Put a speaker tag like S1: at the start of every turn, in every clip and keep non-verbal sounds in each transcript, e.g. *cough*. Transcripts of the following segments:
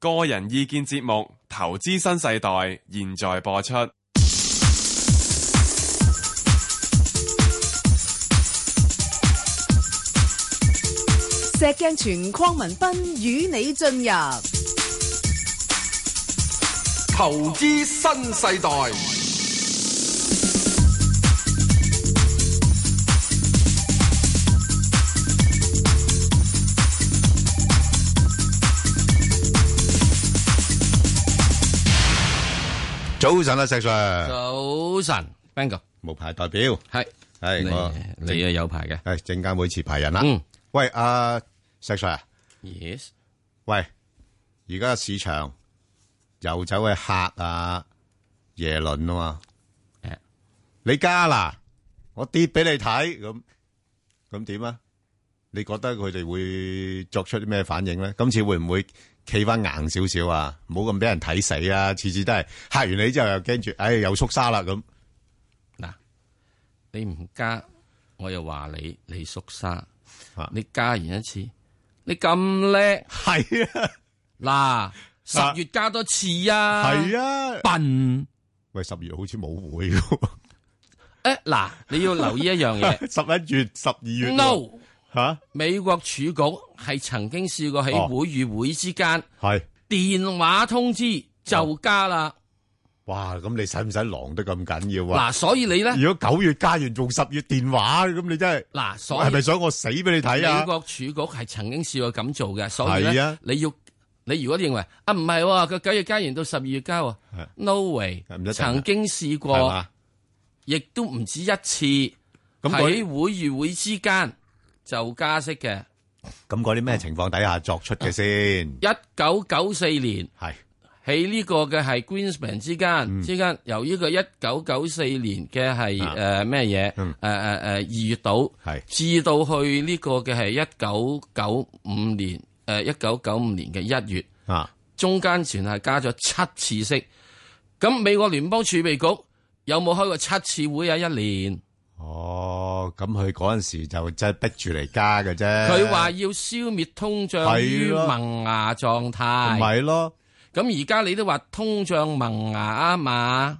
S1: 個人意見節目《投資新世代》現在播出。
S2: 石鏡泉鄺民彬與你進入
S3: 投資新世代。
S4: 早晨啊，石 Sir，
S5: 早晨，Bang 哥，
S4: 無牌代表
S5: 係
S4: 係
S5: 你
S4: 我
S5: 你啊有牌嘅
S4: 係證監會持牌人啦。
S5: 嗯
S4: 喂，阿石 Sir 啊，
S5: ，yes，
S4: 喂，而家市場又走去嚇啊耶倫啊嘛
S5: 誒，
S4: 你加啦，我跌俾你睇，咁咁點啊？你覺得佢哋會作出啲咩反應咧？今次會唔會企翻硬少少啊？唔好咁俾人睇死啊！次次都係嚇完你之後又驚住，唉，又縮沙啦咁。
S5: 嗱，你唔加，我又話你你縮沙
S4: 啊，
S5: 你加完一次，你咁叻，
S4: 係啊，
S5: 嗱，十月加多次啊，
S4: 係啊。
S5: 笨，
S4: 喂，十月好似冇會喎，
S5: 誒嗱，你要留意一樣嘢
S4: 十一月、十二 *laughs* 月喎
S5: ，no，
S4: 吓
S5: 美國儲局係曾經試過喺
S4: 哦
S5: 會與會之間
S4: 係
S5: 電話通知就加啦，
S4: 哇！咁你使唔使狼得咁緊要啊？
S5: 嗱，所以你咧，
S4: 如果九月加完仲十月電話，咁你真係
S5: 嗱，所以
S4: 係咪。想我死俾你睇
S5: 美
S4: 啊？
S5: 國儲局係曾經試過咁做嘅，所以
S4: 係
S5: 咧、
S4: 啊
S5: 你要你如果認為啊唔係喎，佢九月加完到十二月加喎
S4: 係
S5: ，no way，
S4: 唔一定啊
S5: 曾經試
S4: 係
S5: 過，
S4: 嘛？
S5: 亦都唔止一次喺
S4: 咁嗰
S5: 會與會之間就加息嘅。
S4: 咁嗰啲咩情況底下作出嘅先？
S5: 一九九四年
S4: 係
S5: 喺呢個嘅係 Greenspan 之間、
S4: 嗯
S5: 之間，由於個一九九四年嘅係
S4: 啊
S5: 誒咩嘢誒
S4: 嗯
S5: 誒誒二月度。
S4: 係
S5: 至到去呢個嘅係一九九五年，誒一九九五年嘅一月，
S4: 啊
S5: 中間前係加咗七次息。咁美國聯邦儲備局有冇開過七次會啊？一年
S4: 哦，咁佢嗰陣時就真係逼住嚟加嘅啫。
S5: 佢話要消滅通脹
S4: 係
S5: 於
S4: 咯
S5: 萌芽狀
S4: 唔
S5: 態。
S4: 係咯，
S5: 咁而家你都話通脹萌芽啊嘛，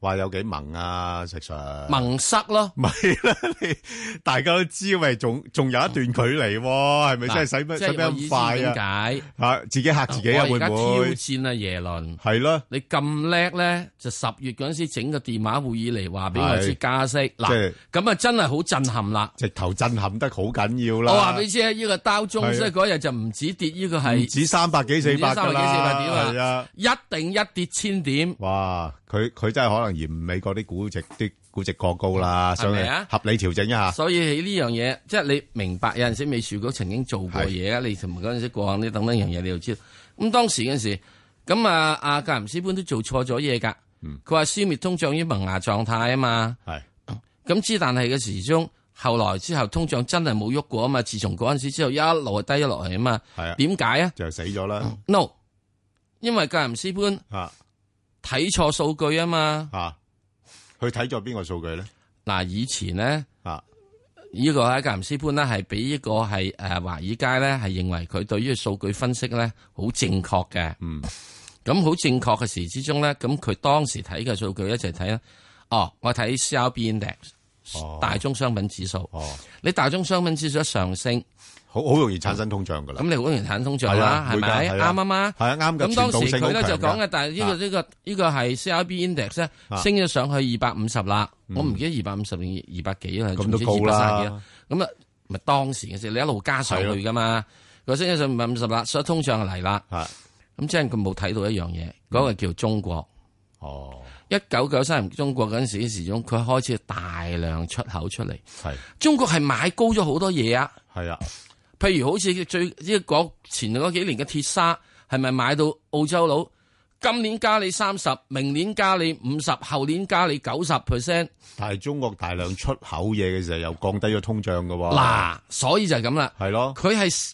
S4: 話有幾萌啊，石 Sir。
S5: 萌塞咯。
S4: 唔係啦，你大家都知，喂，仲仲有一段距離喎，係咪真係使乜
S5: 即
S4: 使
S5: 係
S4: 乜
S5: 我
S4: 咁
S5: 意
S4: 快
S5: 思
S4: 啊
S5: 點？解？哦
S4: 吓自己吓自己啊，
S5: 我
S4: 會
S5: 而家挑
S4: 唔會？
S5: 戰啊耶倫。
S4: 係咯，
S5: 你咁叻咧，就十月嗰陣時整個電話會議嚟話俾我知
S4: 係
S5: 加息，
S4: 即
S5: 嗱
S4: 係
S5: 咁啊真係好震撼啦！
S4: 直頭震撼得好緊要
S5: 我
S4: 啦。
S5: 話俾你知啊，呢個刀中
S4: 係
S5: 即
S4: 啊
S5: 係嗰日就唔止跌，呢個
S4: 唔
S5: 係
S4: 止三百幾四百㗎
S5: 唔止300幾400
S4: 啦，
S5: 點啊
S4: 係啊，
S5: 一定一跌千點，
S4: 哇！佢佢真係可能嫌美國啲估值啲估值過高啦，
S5: 係
S4: 想
S5: 咪
S4: 去
S5: 啊
S4: 合理調整一下。
S5: 所以喺呢樣嘢，即係你明白有陣時美儲局曾經做過嘢啊，你同埋嗰陣時過往呢等等樣嘢，你就知道。咁當時嗰陣時，咁啊阿格林斯潘都做錯咗嘢㗎，
S4: 嗯
S5: 佢話消滅通脹於萌芽狀態啊嘛。
S4: 係
S5: 咁之但係嘅時鐘，後來之後通脹真係冇喐過啊嘛。自從嗰陣時之後，一路係低咗落嚟啊嘛。
S4: 係啊，
S5: 點解啊
S4: 就死咗啦
S5: ？No，因為格林斯潘
S4: 啊
S5: 睇錯數據啊嘛。
S4: 啊！佢睇咗邊個數據咧？
S5: 嗱，以前呢，
S4: 啊
S5: 呢個喺格林斯潘呢係俾呢個係誒華爾街呢係認為佢對於數據分析呢好正確嘅。
S4: 嗯，
S5: 咁好正確嘅時之中呢，咁佢當時睇嘅數據呢就係睇咧，哦，我睇 CRB index
S4: 哦
S5: 大宗商品指數，
S4: 哦，
S5: 你大宗商品指數一上升。
S4: 好好容易產生通脹㗎啦
S5: 咁。你好容易產通脹
S4: 係
S5: 啦
S4: 啊，
S5: 係咪
S4: 會㗎係啊
S5: 啱啊嘛？
S4: 係啊啱㗎
S5: 咁當
S4: 傳
S5: 時
S4: 導性好
S5: 佢咧就
S4: 強㗎
S5: 講嘅，但係呢
S4: 啊
S5: 個呢個呢個係 CRB index 咧
S4: 啊嗯
S5: 升咗上去二百五十啦，我唔記得二百五十定二百幾啦，
S4: 咁都
S5: 總之
S4: 高啦
S5: 230幾啦。咁啊，咪當時嘅事，你一路加上去噶嘛？佢升咗上五百五十啦，所以通脹就嚟啦。
S4: 啊，
S5: 咁即係佢冇睇到一樣嘢，嗰個叫中國。
S4: 哦，
S5: 一九九三年中國嗰陣時時鐘，佢開始大量出口出嚟。
S4: 係
S5: 中國係買高咗好多嘢啊！
S4: 係啊，
S5: 譬如好似最呢個前嗰幾年嘅鐵砂，係咪買到澳洲佬？今年加你三十，明年加你五十，後年加你九十 percent。
S4: 但係中國大量出口嘢嘅時候，又降低咗通脹㗎喎。
S5: 嗱，所以就係咁啦。
S4: 係咯，
S5: 佢係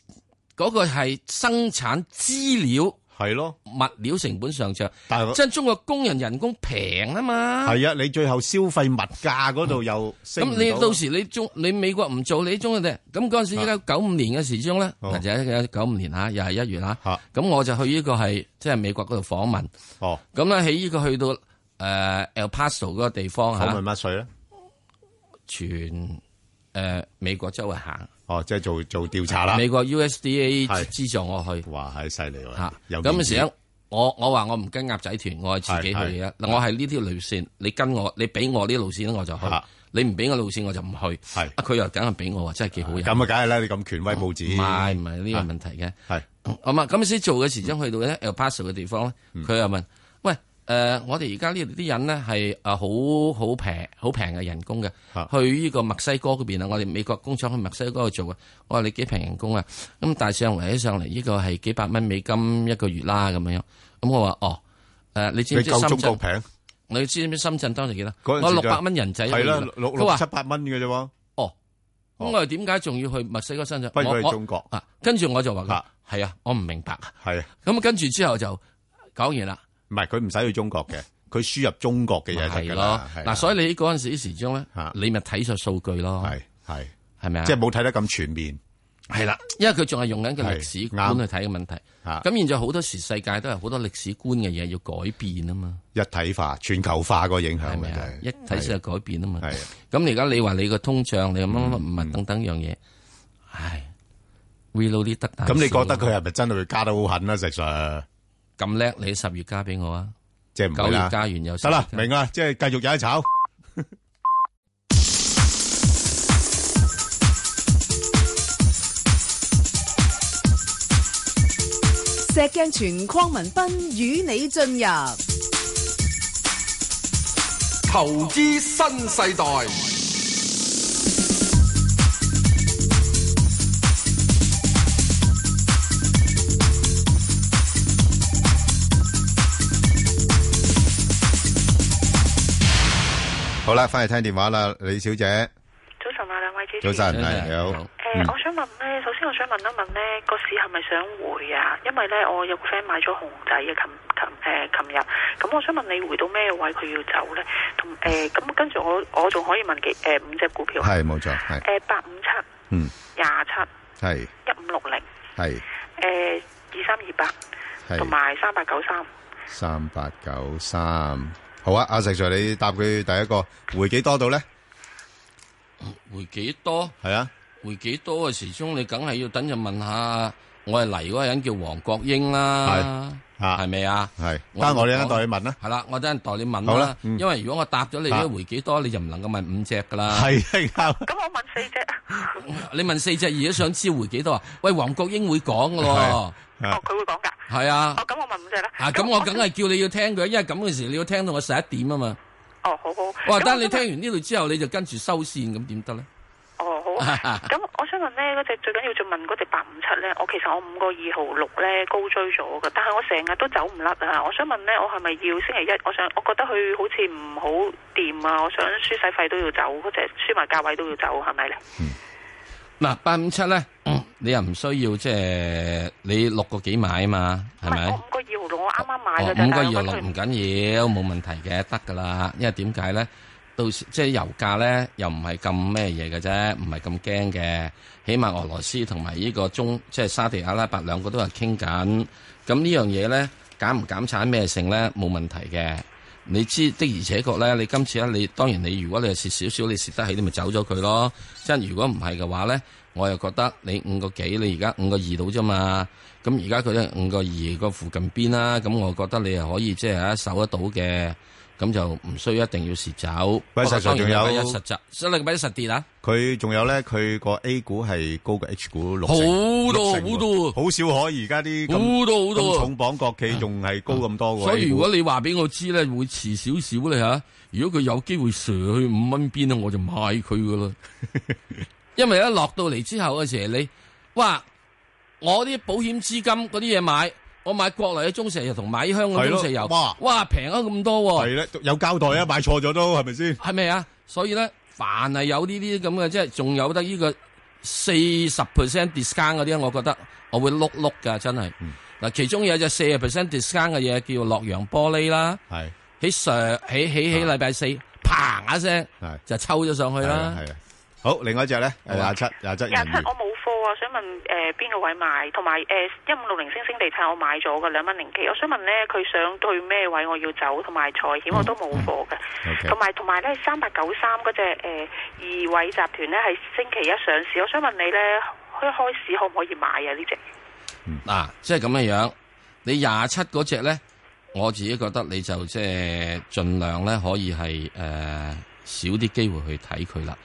S5: 嗰個係生產資料
S4: 係咯，
S5: 物料成本上漲，
S4: 但係
S5: 真中國工人人工平啊嘛。
S4: 哦係啊，你最後消費物價嗰度又升
S5: 咁
S4: 唔
S5: 你
S4: 到啊
S5: 到時你中你美國唔做你中嘅啫，咁嗰陣時依家九五年嘅時鐘咧，
S4: 啊哦啊
S5: 或者九五年嚇，又係一月嚇
S4: 嚇，
S5: 咁我就去呢個係即係美國嗰度訪問，
S4: 哦，
S5: 咁咧喺呢個去到誒 El Paso 嗰個地方
S4: 訪問
S5: 嚇，
S4: 乜水咧？
S5: 全誒美國周圍行，
S4: 哦，即係做做調查啦。
S5: 美國 USDA
S4: 係
S5: 資助我去
S4: 哇，係犀利喎
S5: 嚇，，
S4: 啊有
S5: 咁
S4: 面
S5: 嘅
S4: 子
S5: 時咧，我我話我唔跟鴨仔團，我係自己去
S4: 係係
S5: 嘅，嗱我係呢條路線，你跟我，你俾我呢路線我就去
S4: 嚇，
S5: 你唔俾我路線我就唔去，
S4: 係
S5: 啊佢又梗係俾我啊，真係幾好人。
S4: 咁啊，梗係啦，你咁權威報
S5: 唔
S4: 紙
S5: 係唔係呢個問題嘅，
S4: 係嗯
S5: 咁啊咁先做嘅時鐘去到咧 El Paso 嘅地方咧，佢又問：喂，誒我哋而家呢度啲人咧係啊好好平好平嘅人工嘅
S4: 啊，
S5: 去呢個墨西哥嗰邊啊，我哋美國工廠去墨西哥度做嘅，我話你幾平人工啊？咁大上嚟起上嚟，呢個係幾百蚊美金一個月啦咁樣，咁我話哦。誒，你知
S4: 你
S5: 唔知
S4: 夠
S5: 深
S4: 中國
S5: 圳？
S4: 平
S5: 你知唔知深圳當時幾多？
S4: 嗰陣
S5: 我
S4: 時就
S5: 六百蚊人仔一個
S4: 係
S5: 月啦。
S4: 啦，六
S5: 佢
S4: 六
S5: 話
S4: 七八蚊嘅啫喎，
S5: 哦，咁我哋點解仲要去墨西哥深圳？
S4: 不如
S5: 我
S4: 佢係
S5: 我
S4: 中國
S5: 啊，跟住我就話
S4: 啊
S5: 佢係啊，我唔明白。
S4: 係啊
S5: 咁跟住之後就講完啦，
S4: 唔係佢唔使去中國嘅，
S5: *laughs*
S4: 佢輸入中國嘅嘢就
S5: 係
S4: 㗎
S5: 咯
S4: 啦。。
S5: 嗱，所以你嗰陣時時鐘咧
S4: 啊，
S5: 你咪睇咗數據咯，
S4: 係係
S5: 係咪啊？
S4: 即係冇睇得咁全面
S5: 係啦，因為佢仲係用緊個歷史觀去
S4: 係
S5: 睇嘅問題。
S4: 啊
S5: 咁現在好多時世界都係好多歷史觀嘅嘢要改變啊嘛，
S4: 一體化、全球化個影響
S5: 係
S4: 嘅
S5: 咪啊？一
S4: 真係
S5: 睇先係改變啊嘛。
S4: 係嗯
S5: 咁而家你話你個通脹，你乜乜乜物等等樣嘢，唉，reload 啲得啖笑。
S4: 咁你覺得佢係咪真係會加得好狠啦？石 Sir，
S5: 咁叻？你十月加俾我啊，
S4: 即係唔
S5: 九
S4: 會
S5: 月
S4: 啦。
S5: 加完又
S4: 得啦，明啦，即係繼續有得炒。
S2: 石鏡泉匡文斌與你進入
S3: 投資新世代，
S4: 好啦，翻嚟聽電話啦，李小姐，
S6: 早晨啊，兩位姐姐。
S4: 早晨，
S5: 早晨嗯
S4: 係你好。
S6: 誒、我想問咧，首先我想問一問咧，個市係咪想回啊？因為咧，我有個 friend 買咗熊仔嘅，琴琴誒琴日，咁、我想問你回到咩位佢要走咧？同誒咁、跟住我我仲可以問幾誒、五隻股票啊？
S4: 係冇錯，係
S6: 誒八五七、
S4: 嗯，
S6: 廿七、
S4: 係
S6: 一五六零、
S4: 係
S6: 誒二三二八，同
S4: 係
S6: 埋三八九三。
S4: 三八九三。好啊，阿石 Sir，你答佢第一個回幾多度咧？
S5: 回幾多？
S4: 係啊，
S5: 回幾多嘅時鐘，你梗係要等陣問下，我係嚟嗰個人叫黃國英啦，
S4: 係啊
S5: 係咪啊？
S4: 係。翻我哋一陣代你問啦。
S5: 係啦，我等陣代你問
S4: 好
S5: 啦
S4: 啦，嗯
S5: 因為如果我答咗你
S4: 啊
S5: 咧回幾多，你就唔能夠問五隻噶啦。
S4: 係係啱。
S6: 咁我問四隻，
S5: 啊你問四隻，而家想知回幾多啊？喂，黃國英會講噶喎，
S6: *laughs* 哦佢會講㗎。
S5: 係啊
S6: 哦，，咁我問五隻啦。
S5: 啊咁我梗係叫你要聽佢，因為咁嘅時你要聽到我十一點啊嘛。
S6: 哦，好好。
S5: 哇！
S6: 咁
S5: 但係你
S6: 我想問
S5: 聽完呢度之後，你就跟住收線，咁點得咧？
S6: 哦，好
S5: *laughs*
S6: 啊。咁我想問呢，嗰只最緊要就問嗰只八五七呢。我其實我五個二號六呢高追咗嘅，但係我成日都走唔甩啊！我想問呢，我係咪要星期一？我想，我覺得佢好似唔好掂啊！我想輸使費都要走，嗰只輸埋價位都要走，係咪呢？
S5: 嗱，八五七咧，嗯你又唔需要即係你六個幾買啊嘛，係
S6: 唔係
S5: 咪？
S6: 我五個二號六，我啱啱買
S5: 哦五個
S6: 嘅啫。但
S5: 二
S6: 係我
S5: 六
S6: 覺得佢
S5: 唔緊要，冇問題嘅，得噶啦。因為點解咧？到時即係油價咧，又唔係咁咩嘢嘅啫，唔係咁驚嘅。起碼俄羅斯同埋呢個中，即係沙地阿拉伯兩個都係傾緊。咁呢樣嘢咧，減唔減產咩性咧，冇問題嘅。你知的而且確咧，你今次咧，你當然你如果你係蝕少少，你蝕得起，你咪走咗佢咯。即係如果唔係嘅話咧，我又覺得你五個幾，你而家五個二到啫嘛。咁而家佢咧五個二個附近邊啦，咁我覺得你係可以即係一守得到嘅，咁就唔需要一定要蝕走。
S4: 喂
S5: 不過
S4: 實在
S5: 當然
S4: 仲有
S5: 禮拜一實集，所以禮拜一實跌啊，
S4: 佢仲有咧，佢個 A 股係高過 H 股六
S5: 好
S4: 成，
S5: 多
S4: 六
S5: 好
S4: 成喎
S5: 多
S4: 好少可而家啲
S5: 好
S4: 咁
S5: 多好
S4: 咁
S5: 多啊。
S4: 重磅國企仲係高咁多喎。
S5: 所以
S4: A
S5: 如
S4: 股
S5: 果你話俾我知咧，會遲少少咧嚇。如果佢有機會射去五蚊邊咧，我就買佢噶啦。
S4: *laughs*
S5: 因為一落到嚟之後嘅時候，你哇，我啲保險資金嗰啲嘢買，我買國內嘅中石油同買香港嘅中石油
S4: 係咯，哇
S5: 哇平咗咁多喎。
S4: 係咧，有交代啊，買錯咗都係咪先？
S5: 系咪啊？所以咧，凡係有呢啲咁嘅，即係仲有得
S4: 嗯
S5: 呢個四十 percent discount 嗰啲，我覺得我會碌碌噶，真係。嗱、嗱，其中有隻四十 percent discount 嘅嘢叫洛陽玻璃啦，
S4: 係
S5: 喺上喺喺喺禮拜四，嘭一聲
S4: 啊係
S5: 就抽咗上去
S4: 係
S5: 啦
S4: 啊。係啊。好，另外一隻咧，
S5: 好啊
S4: 廿七廿七
S6: 廿
S4: 人
S6: 七
S4: 魚
S6: 我冇貨啊，想問誒邊、個位買，同埋誒一五六零星星地產我買咗嘅兩蚊零幾，我想問咧佢上到去咩位我要走，同埋財險我都
S5: 嗯
S6: 冇貨嘅，
S4: ，OK，
S6: 同埋同埋咧三八九三嗰只誒二位集團咧係星期一上市，我想問你咧開開市可唔可以買啊呢只？
S5: 嗱，即係咁樣樣，你廿七嗰只咧，我自己覺得你就即係盡量咧可以係誒、呃少啲機會去睇佢啦。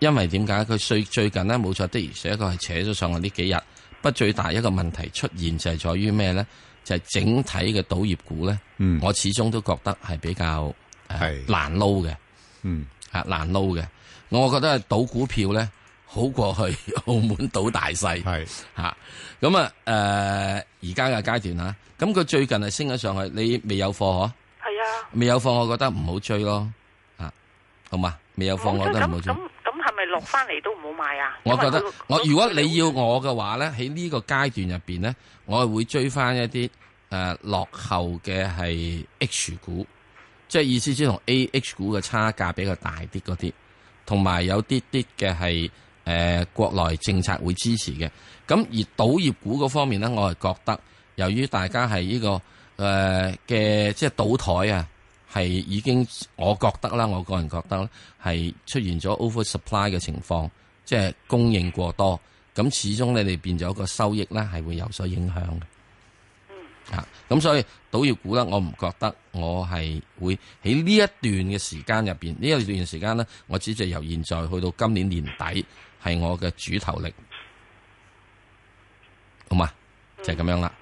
S5: 因為點解佢最最近咧冇錯的，而且確係扯咗上去呢幾日。不過最大一個問題出現就係在於咩咧？就係、整體嘅賭業股咧，
S4: 嗯
S5: 我始終都覺得係比較誒、呃
S4: 係
S5: 難撈嘅。
S4: 嗯，
S5: 啊難撈嘅。我覺得賭股票咧好過去 *laughs* 澳門賭大細
S4: 係
S5: 嚇。咁啊誒而家嘅階段嚇，咁佢最近係升咗上去，你未有貨嗬？
S6: 係啊，
S5: 未有貨，我覺得唔好追咯啊，好嘛？未有貨，我覺
S6: 咁
S5: 得唔好
S6: 咁
S5: 追
S6: 咁。咁係咪落翻嚟都唔好買啊？
S5: 我覺
S6: 因
S5: 得
S6: 為佢
S5: 我如果你要
S6: 佢
S5: 我嘅話咧，喺呢個階段入邊咧，我係會追翻一啲誒、呃落後嘅係 H 股，即係意思即係同 A H 股嘅差價比較大啲嗰啲，同埋有啲啲嘅係誒國內政策會支持嘅。咁而賭業股嗰方面咧，我係覺得由於大家係呢、個誒嘅、即係賭台啊。係已經，我覺得啦，我個人覺得啦係出現咗 oversupply 嘅情況，即係供應過多，咁始終你哋變咗個收益咧係會有所影響嘅。啊，咁所以賭業股咧，我唔覺得我係會喺呢一段嘅時間入邊，呢一段時間咧，我只係由現在去到今年年底係我嘅主頭力，好嘛？就係、咁樣啦。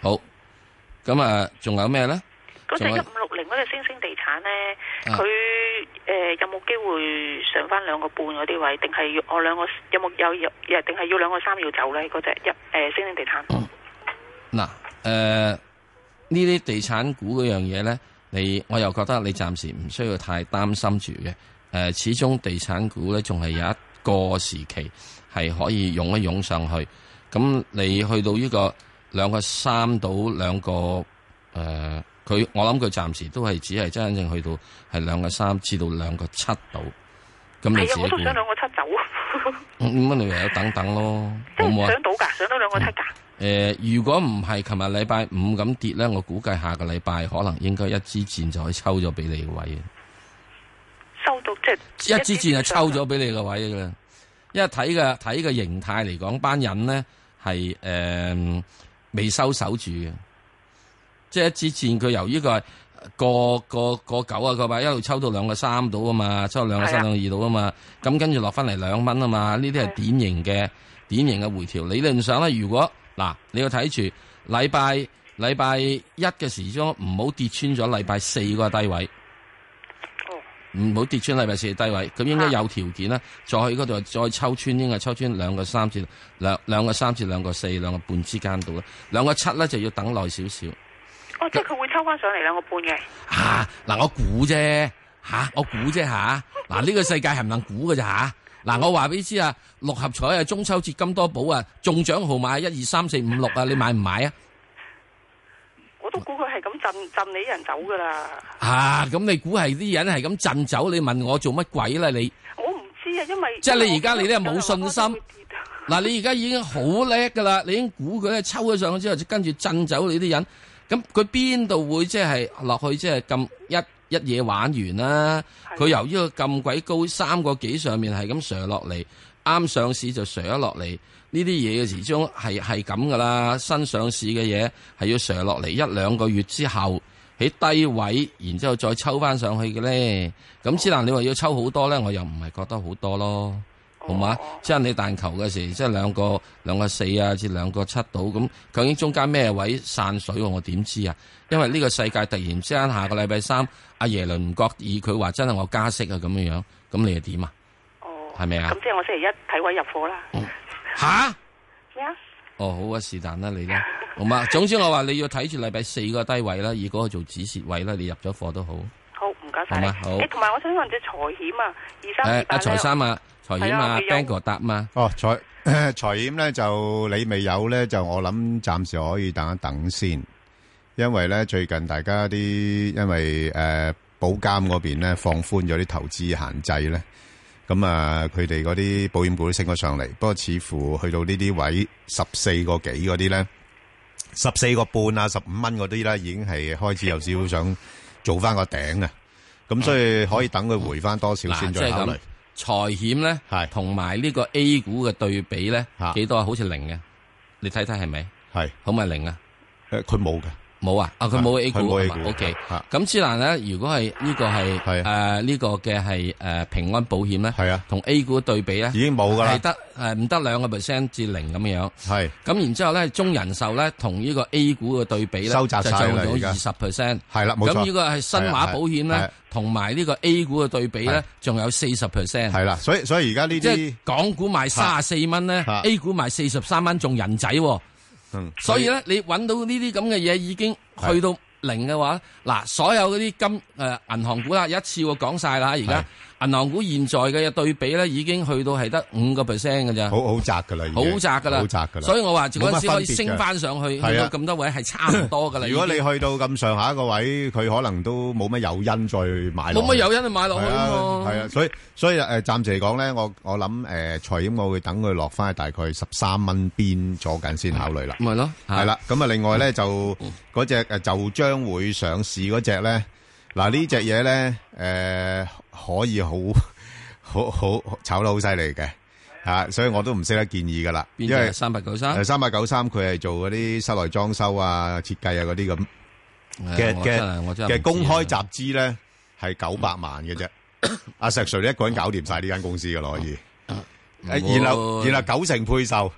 S5: 好，咁啊，仲有咩咧？
S6: 嗰只
S5: 仲有
S6: 一五六零嗰只星星地產咧，
S5: 啊
S6: 佢誒有冇機會上翻兩個半嗰啲位？定係要我兩個有冇有有？定係要兩個三要走咧？嗰只一誒星星地產
S5: 哦嗱，誒呃呢啲地產股嗰樣嘢咧，你我又覺得你暫時唔需要太擔心住嘅。誒、呃始終地產股咧仲係有一個時期係可以湧一湧上去。咁你去到呢個兩個三到兩個誒，呃佢、我諗佢暫時都係只係真正去到係兩個三至到兩個七度。咁你
S6: 係
S5: 自
S6: 啊，
S5: 己
S6: 我
S5: 估
S6: 都，想兩個七走，
S5: 咁咁你唯有等等咯，
S6: 即
S5: 好唔好
S6: 係
S5: 啊？
S6: 上到㗎，上到兩個七㗎。
S5: 誒、呃如果唔係琴日禮拜五咁跌咧，我估計下個禮拜可能應該一支箭就可以抽咗俾你個位
S6: 收到即
S5: 嘅，
S6: 係
S5: 一支箭就抽咗俾你個位嘅啦。因為睇嘅睇嘅形態嚟講，班人咧係誒未收手住嘅，即係一支箭佢由呢個呃個個個九啊個位一路抽到兩個三到啊嘛，抽到兩個
S6: 係
S5: 三
S6: 啊
S5: 兩個二到啊嘛，咁跟住落翻嚟兩蚊啊嘛，呢啲係
S6: 係
S5: 典型嘅典型嘅回調。理論上咧，如果嗱你要睇住禮拜禮拜一嘅時鐘唔好跌穿咗禮拜四個低位。
S6: 哦
S5: 唔好跌穿禮拜四嘅低位，咁應該
S6: 啊
S5: 有條件啦，再去嗰度再抽穿，應該抽穿兩個三至兩兩個三至兩個四兩個半之間度啦，兩個七咧就要等耐少少。
S6: 哦，即係佢會抽翻上嚟兩個半嘅。
S5: 吓嗱、我估啫吓，我估啫吓，嗱、呢、個世界係唔能估嘅咋吓。嗱、我話俾你知啊，六合彩啊，中秋節金多寶啊，中獎號碼一二三四五六啊，你買唔買啊？
S6: 我都估佢係咁震震你啲人走㗎啦。
S5: 啊，咁你估係啲人係咁震走，你問我做乜鬼啦你？
S6: 我唔知啊，因為
S5: 即係你而家你都係冇信心
S6: 因為我覺得會跌
S5: 嗱，你而家已經好叻噶啦，你已經估佢咧抽咗上去之後，就跟住震走你啲人。咁佢邊度會即係落去即係咁一一嘢玩完啦、
S6: 係
S5: 佢由呢個咁鬼高三個幾上面係咁上落嚟，啱上市就上咗落嚟。呢啲嘢嘅始終係係咁噶啦，新上市嘅嘢係要上落嚟一兩個月之後喺低位，然之後再抽翻上去嘅咧。咁之但你話要抽好多咧，我又唔係覺得好多咯。好嘛？即係你彈球嘅時，即係兩個兩個四啊，至兩個七到咁，究竟中間咩位散水喎？我點知啊？因為呢個世界突然之間下個禮拜三，阿耶倫唔覺意佢話真係我加息啊咁樣樣，咁你又點啊？
S6: 哦，
S5: 係咪啊
S6: 咁即係我星期一睇位入貨啦。
S5: 吓？
S6: 咩啊？
S5: 哦，好啊，是但啦，你啦，好嘛？總之我話你要睇住禮拜四個低位啦，以嗰個做止蝕位啦，你入咗貨都好，
S6: 好，唔唔該晒你。
S5: 好嘛好
S6: 誒同埋我想問只財險啊，二三
S5: 诶
S6: 二，八
S5: 阿財三啊，財險
S6: 係啊
S5: 啊
S6: 未有
S5: ，Bang 哥答嘛，
S4: 哦，財- *coughs* 財險呢，就你未有呢，就我諗暫時可以等一等先。因為呢，最近大家啲-呃因為，呃，保監嗰邊呢，放寬咗啲投資限制呢，咁，啊，佢哋嗰啲保險股都升咗上嚟。不過似乎去到呢啲位，14個幾嗰啲呢，14個半啊，15嗰啲呢，已經係開始有少少想做返個頂啊。咁所以可以等佢回返多少先再
S5: 嗯嗱，即係
S4: 考慮。
S5: 咁財險咧，
S4: 係
S5: 同埋呢個 A 股嘅對比咧
S4: 嚇，
S5: 幾多啊好似零嘅，你睇睇係咪？好咪零啊？
S4: 呃係，誒，佢冇嘅。
S5: 冇啊？啊，佢冇
S4: 啊
S5: A 股
S4: 佢冇
S5: 啊
S4: A
S5: 嘛
S4: 股
S5: ，OK
S4: 啊。
S5: 咁之但咧，如果係呢個係
S4: 係
S5: 誒呢個嘅係誒平安保險咧，
S4: 係
S5: *laughs*
S4: 啊
S5: 同 A 股對比咧，
S4: 已經冇㗎啦
S5: 係得誒唔得兩個 percent 至零咁樣。
S4: 係
S5: 咁然之後咧，中人壽咧同呢個 A 股嘅對比咧，
S4: 收窄
S5: 就
S4: 晒啦
S5: 做
S4: 而
S5: 咗
S4: 家
S5: 二十 percent。
S4: 係啦冇錯
S5: 咁呢個係新華保險
S4: 係啊係啊
S5: 咧，同埋呢個 A 股嘅對比
S4: 係
S5: 咧，仲有四十 percent。
S4: 係啦，所以所以而家呢
S5: 即係
S4: 啲
S5: 港股賣三十四蚊咧
S4: 嚇
S5: ，A 股賣四十三蚊，仲人仔喎。
S4: 嗯
S5: 所以咧，你揾到呢啲咁嘅嘢已經
S4: 係
S5: 去到零嘅話，嗱，所有嗰啲金誒銀行股啦，一次過講晒啦，而家銀行股現在嘅對比咧，已經去到係得五個 percent 嘅咋。
S4: 好好窄㗎啦，已經
S5: 好窄噶啦，
S4: 好窄㗎啦。
S5: 所以我話嗰陣時可
S4: 冇乜分
S5: 以
S4: 別㗎
S5: 升翻上去，去
S4: 係
S5: 到
S4: 啊
S5: 咁多位係差唔多噶啦。
S4: 如果你
S5: 已經
S4: 去到咁上下一個位，佢可能都冇乜誘因再買落
S5: 冇
S4: 去。
S5: 乜有因去買落去
S4: 係
S5: 啊
S4: 啊，
S5: 嘛，
S4: 係啊，所以所以誒，暫時嚟講咧，我我諗誒財險，我會等佢落翻去大概十三蚊邊左緊先考慮啦。
S5: 咪咯，
S4: 係啦，咁啊，另外咧就嗰只誒就將會上市嗰只咧，嗱呢只嘢咧誒可以好 *laughs* 好好炒得好犀利嘅嚇，所以我都唔識得建議噶啦，
S5: 變
S4: 因為
S5: 咗三百九三
S4: 誒，三八九三佢係做嗰啲室內裝修啊、設計啊嗰啲咁嘅
S5: 嘅
S4: 嘅嘅公開集資咧係九百萬嘅啫。阿石 Sir 你一個人搞掂晒呢間公司噶咯，可以。誒然後然後九成配售，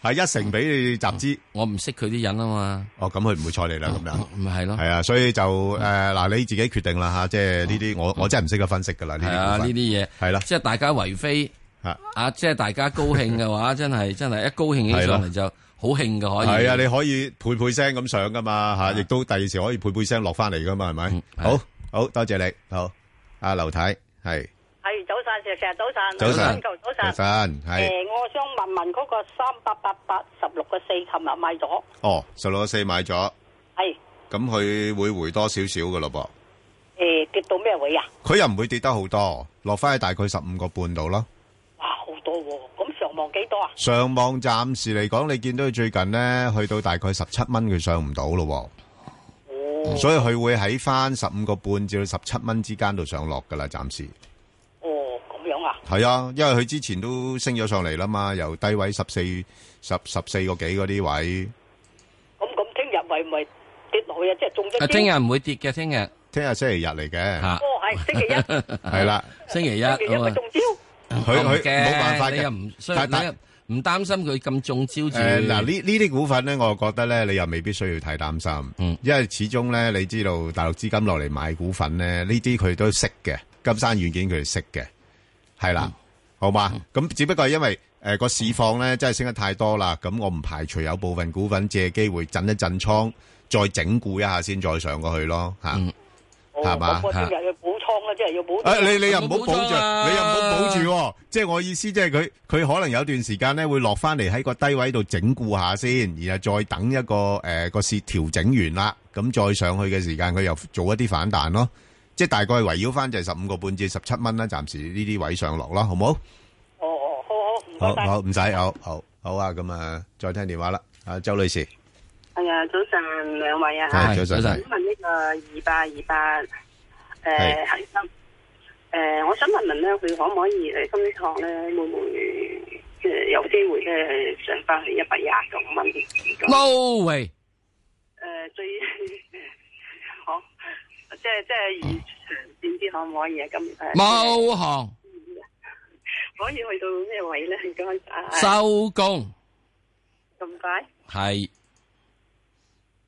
S4: 係一成俾你集資。
S5: 我唔識佢啲人啊嘛，
S4: 哦，咁佢唔會睬你啦，咁樣。
S5: 咪係咯
S4: 系。啊，所以就誒
S5: 嗯
S4: 嗱，你自己決定啦嚇，即係呢啲我我真係唔識得分析噶啦，呢
S5: 系哦嗯
S4: 啲
S5: 啊，呢啲嘢
S4: 係啦
S5: 即系大家為非
S4: 嚇
S5: 啊，即系大家高興
S4: *laughs*
S5: 嘅話，真係真係一高興起上嚟就好興嘅可以。啊
S4: 係啊，你可以配配聲咁上噶嘛嚇，亦都第二時可以配配聲落翻嚟噶嘛，係咪
S5: 嗯？係
S4: 好好多謝你，好阿劉太係
S7: 系早晨，石石早晨，
S4: 早晨
S7: 梁君豪早
S4: 早
S7: 晨。
S4: 晨係
S7: 诶，我想问问嗰個三八八八十六個四，琴日買咗，
S4: 哦，十六個四買咗，
S7: 係
S4: 咁佢會回多少少噶咯
S7: 诶跌到咩位啊？
S4: 噃，佢又唔會跌得好多，落翻去大概十五個半度咯。
S7: 哇，好多喎！咁上望幾多啊？
S4: 上網暫時嚟講，你見到佢最近呢，去到大概十七蚊，佢上唔到咯喎。
S7: 哦
S4: 所以佢會喺翻十五個半至到十七蚊之間度上落噶啦，暫時
S7: 哦，咁樣啊？
S4: 係啊，因為佢之前都升咗上嚟啦嘛，由低位十四十十四個幾嗰啲位，
S7: 咁咁聽日為唔為跌落去啊？即係中咗招
S5: 啊，聽日唔會跌嘅，聽日
S4: 聽日星期日嚟嘅，
S5: 吓
S7: 哦，係星期
S5: *laughs*
S7: 一，
S4: 係啦，
S5: 星期一
S7: 星期一咪
S5: 咁啊，
S7: 中招。
S4: 佢
S5: 我唔
S4: 佢
S5: 驚
S4: 冇辦法
S5: 你又
S4: 嘅
S5: 唔，所以
S4: 但
S5: 你
S4: 但
S5: 又唔擔心佢咁中招住。
S4: 誒嗱呢呢啲股份咧，我覺得咧你又未必需要太擔心，
S5: 嗯
S4: 因為始終咧你知道大陸資金落嚟買股份咧，呢啲佢都識嘅，金山軟件佢哋識嘅，係
S5: 嗯
S4: 啦，好嘛？咁只不過係因為誒個市況咧真係升得太多啦，咁我唔排除有部分股份借機會震一震倉，再整固一下先再上過去咯嚇。
S5: 嗯
S7: 哦，
S4: 係嘛啊
S7: 咁我聽日要補倉啦，即係要補。
S4: 诶、你你又唔好保
S5: 冇錯
S4: 住，
S5: 啦
S4: 你又唔好保住、喎。即系我意思，即系佢佢可能有段時間咧會落翻嚟喺個低位度整固下先，然後再等一個诶个市調整完啦，咁再上去嘅時間佢又做一啲反彈咯，即系大概圍繞翻就係十五個半至十七蚊啦，暫時呢啲位上落啦，好唔好？
S7: 哦哦，好好，唔
S4: 好
S7: 該晒。
S4: 好唔使，好好好啊，咁啊，再聽電話啦，阿周女士，
S7: 係啊，早晨兩位啊
S5: 係
S4: 係
S5: 早晨
S7: 問呢個二八二八
S4: 係
S7: 誒恒生誒，我想問問咧，佢可唔可以誒今呢趟咧會唔會即係有機會咧上翻去一百廿九蚊咁？
S5: no way，
S7: 誒最 *laughs* 好，即係即係以長線啲可唔可以啊？咁誒
S5: 冇行
S7: 可以去到咩位咧？唔該晒，
S5: 收工
S7: 咁快
S5: 係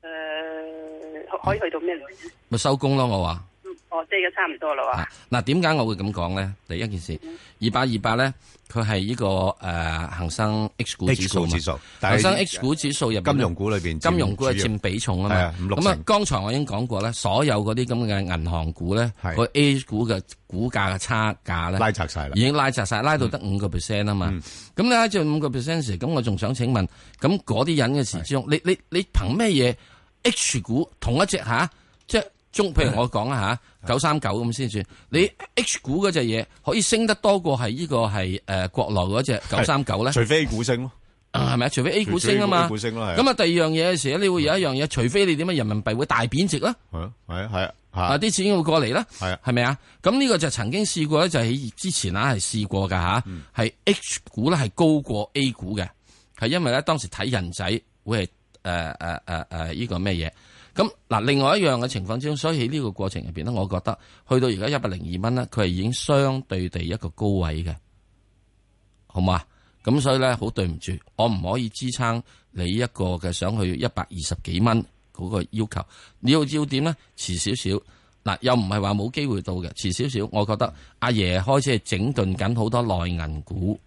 S7: 誒可可以去到咩位咧？
S5: 咪收工咯？我話
S7: 哦，即係而家差唔多啦
S4: 啊
S7: 喎。
S5: 嗱，點解我會咁講咧？第一件事，二八二八咧，佢係呢個誒恒生 H 股指
S4: H
S5: 數
S4: 股
S5: 嘛
S4: 指。數，但
S5: 恒
S4: 係
S5: 生 H 股指數入邊呢
S4: 金融股裏邊佔
S5: 金融股係
S4: 主要
S5: 佔比重啊
S4: 係
S5: 嘛
S4: 啊五。六
S5: 咁啊
S4: 成，
S5: 剛才我已經講過咧，所有嗰啲咁嘅銀行股咧，
S4: 係
S5: 個 A 股嘅股價嘅差價咧，
S4: 拉窄晒啦嗯
S5: 已。經拉窄晒，拉到得五個 percent 啊嘛。咁你拉住五個 percent 時，咁我仲想請問，咁嗰啲人嘅時之中，你你你憑咩嘢 H 股同一隻吓，即係中，譬如我講啦
S4: 嗯
S5: 吓，九三九咁先算，你 H 股嗰只嘢可以升得多過係呢個係誒國內嗰只九三九咧？
S4: 除非股升咯，
S5: 啊係咪啊？除非 A 股升啊
S4: 除非 A
S5: 嘛，
S4: 股升咯係啊
S5: 咁啊，第二樣嘢嘅時咧，你會有一樣嘢，除非你點啊，人民幣會大貶值啦，
S4: 係啊，係啊，係
S5: 啊
S4: 啊，
S5: 啲錢會過嚟啦，
S4: 係啊
S5: 係咪啊？咁呢個就曾經試過咧，就喺之前啊，係試過㗎吓，係 H 股咧係高過 A 股嘅，係因為咧當時睇人仔會係誒誒誒誒呢個咩嘢？咁嗱，另外一樣嘅情況之中，所以喺呢個過程入邊咧，我覺得去到而家一百零二蚊咧，佢係已經相對地一個高位嘅，好嘛？咁所以咧，好對唔住，我唔可以支撐你一個嘅想去一百二十幾蚊嗰個要求。你要要點咧？遲少少嗱，又唔係話冇機會到嘅，遲少少。我覺得阿爺開始係整頓緊好多內銀股，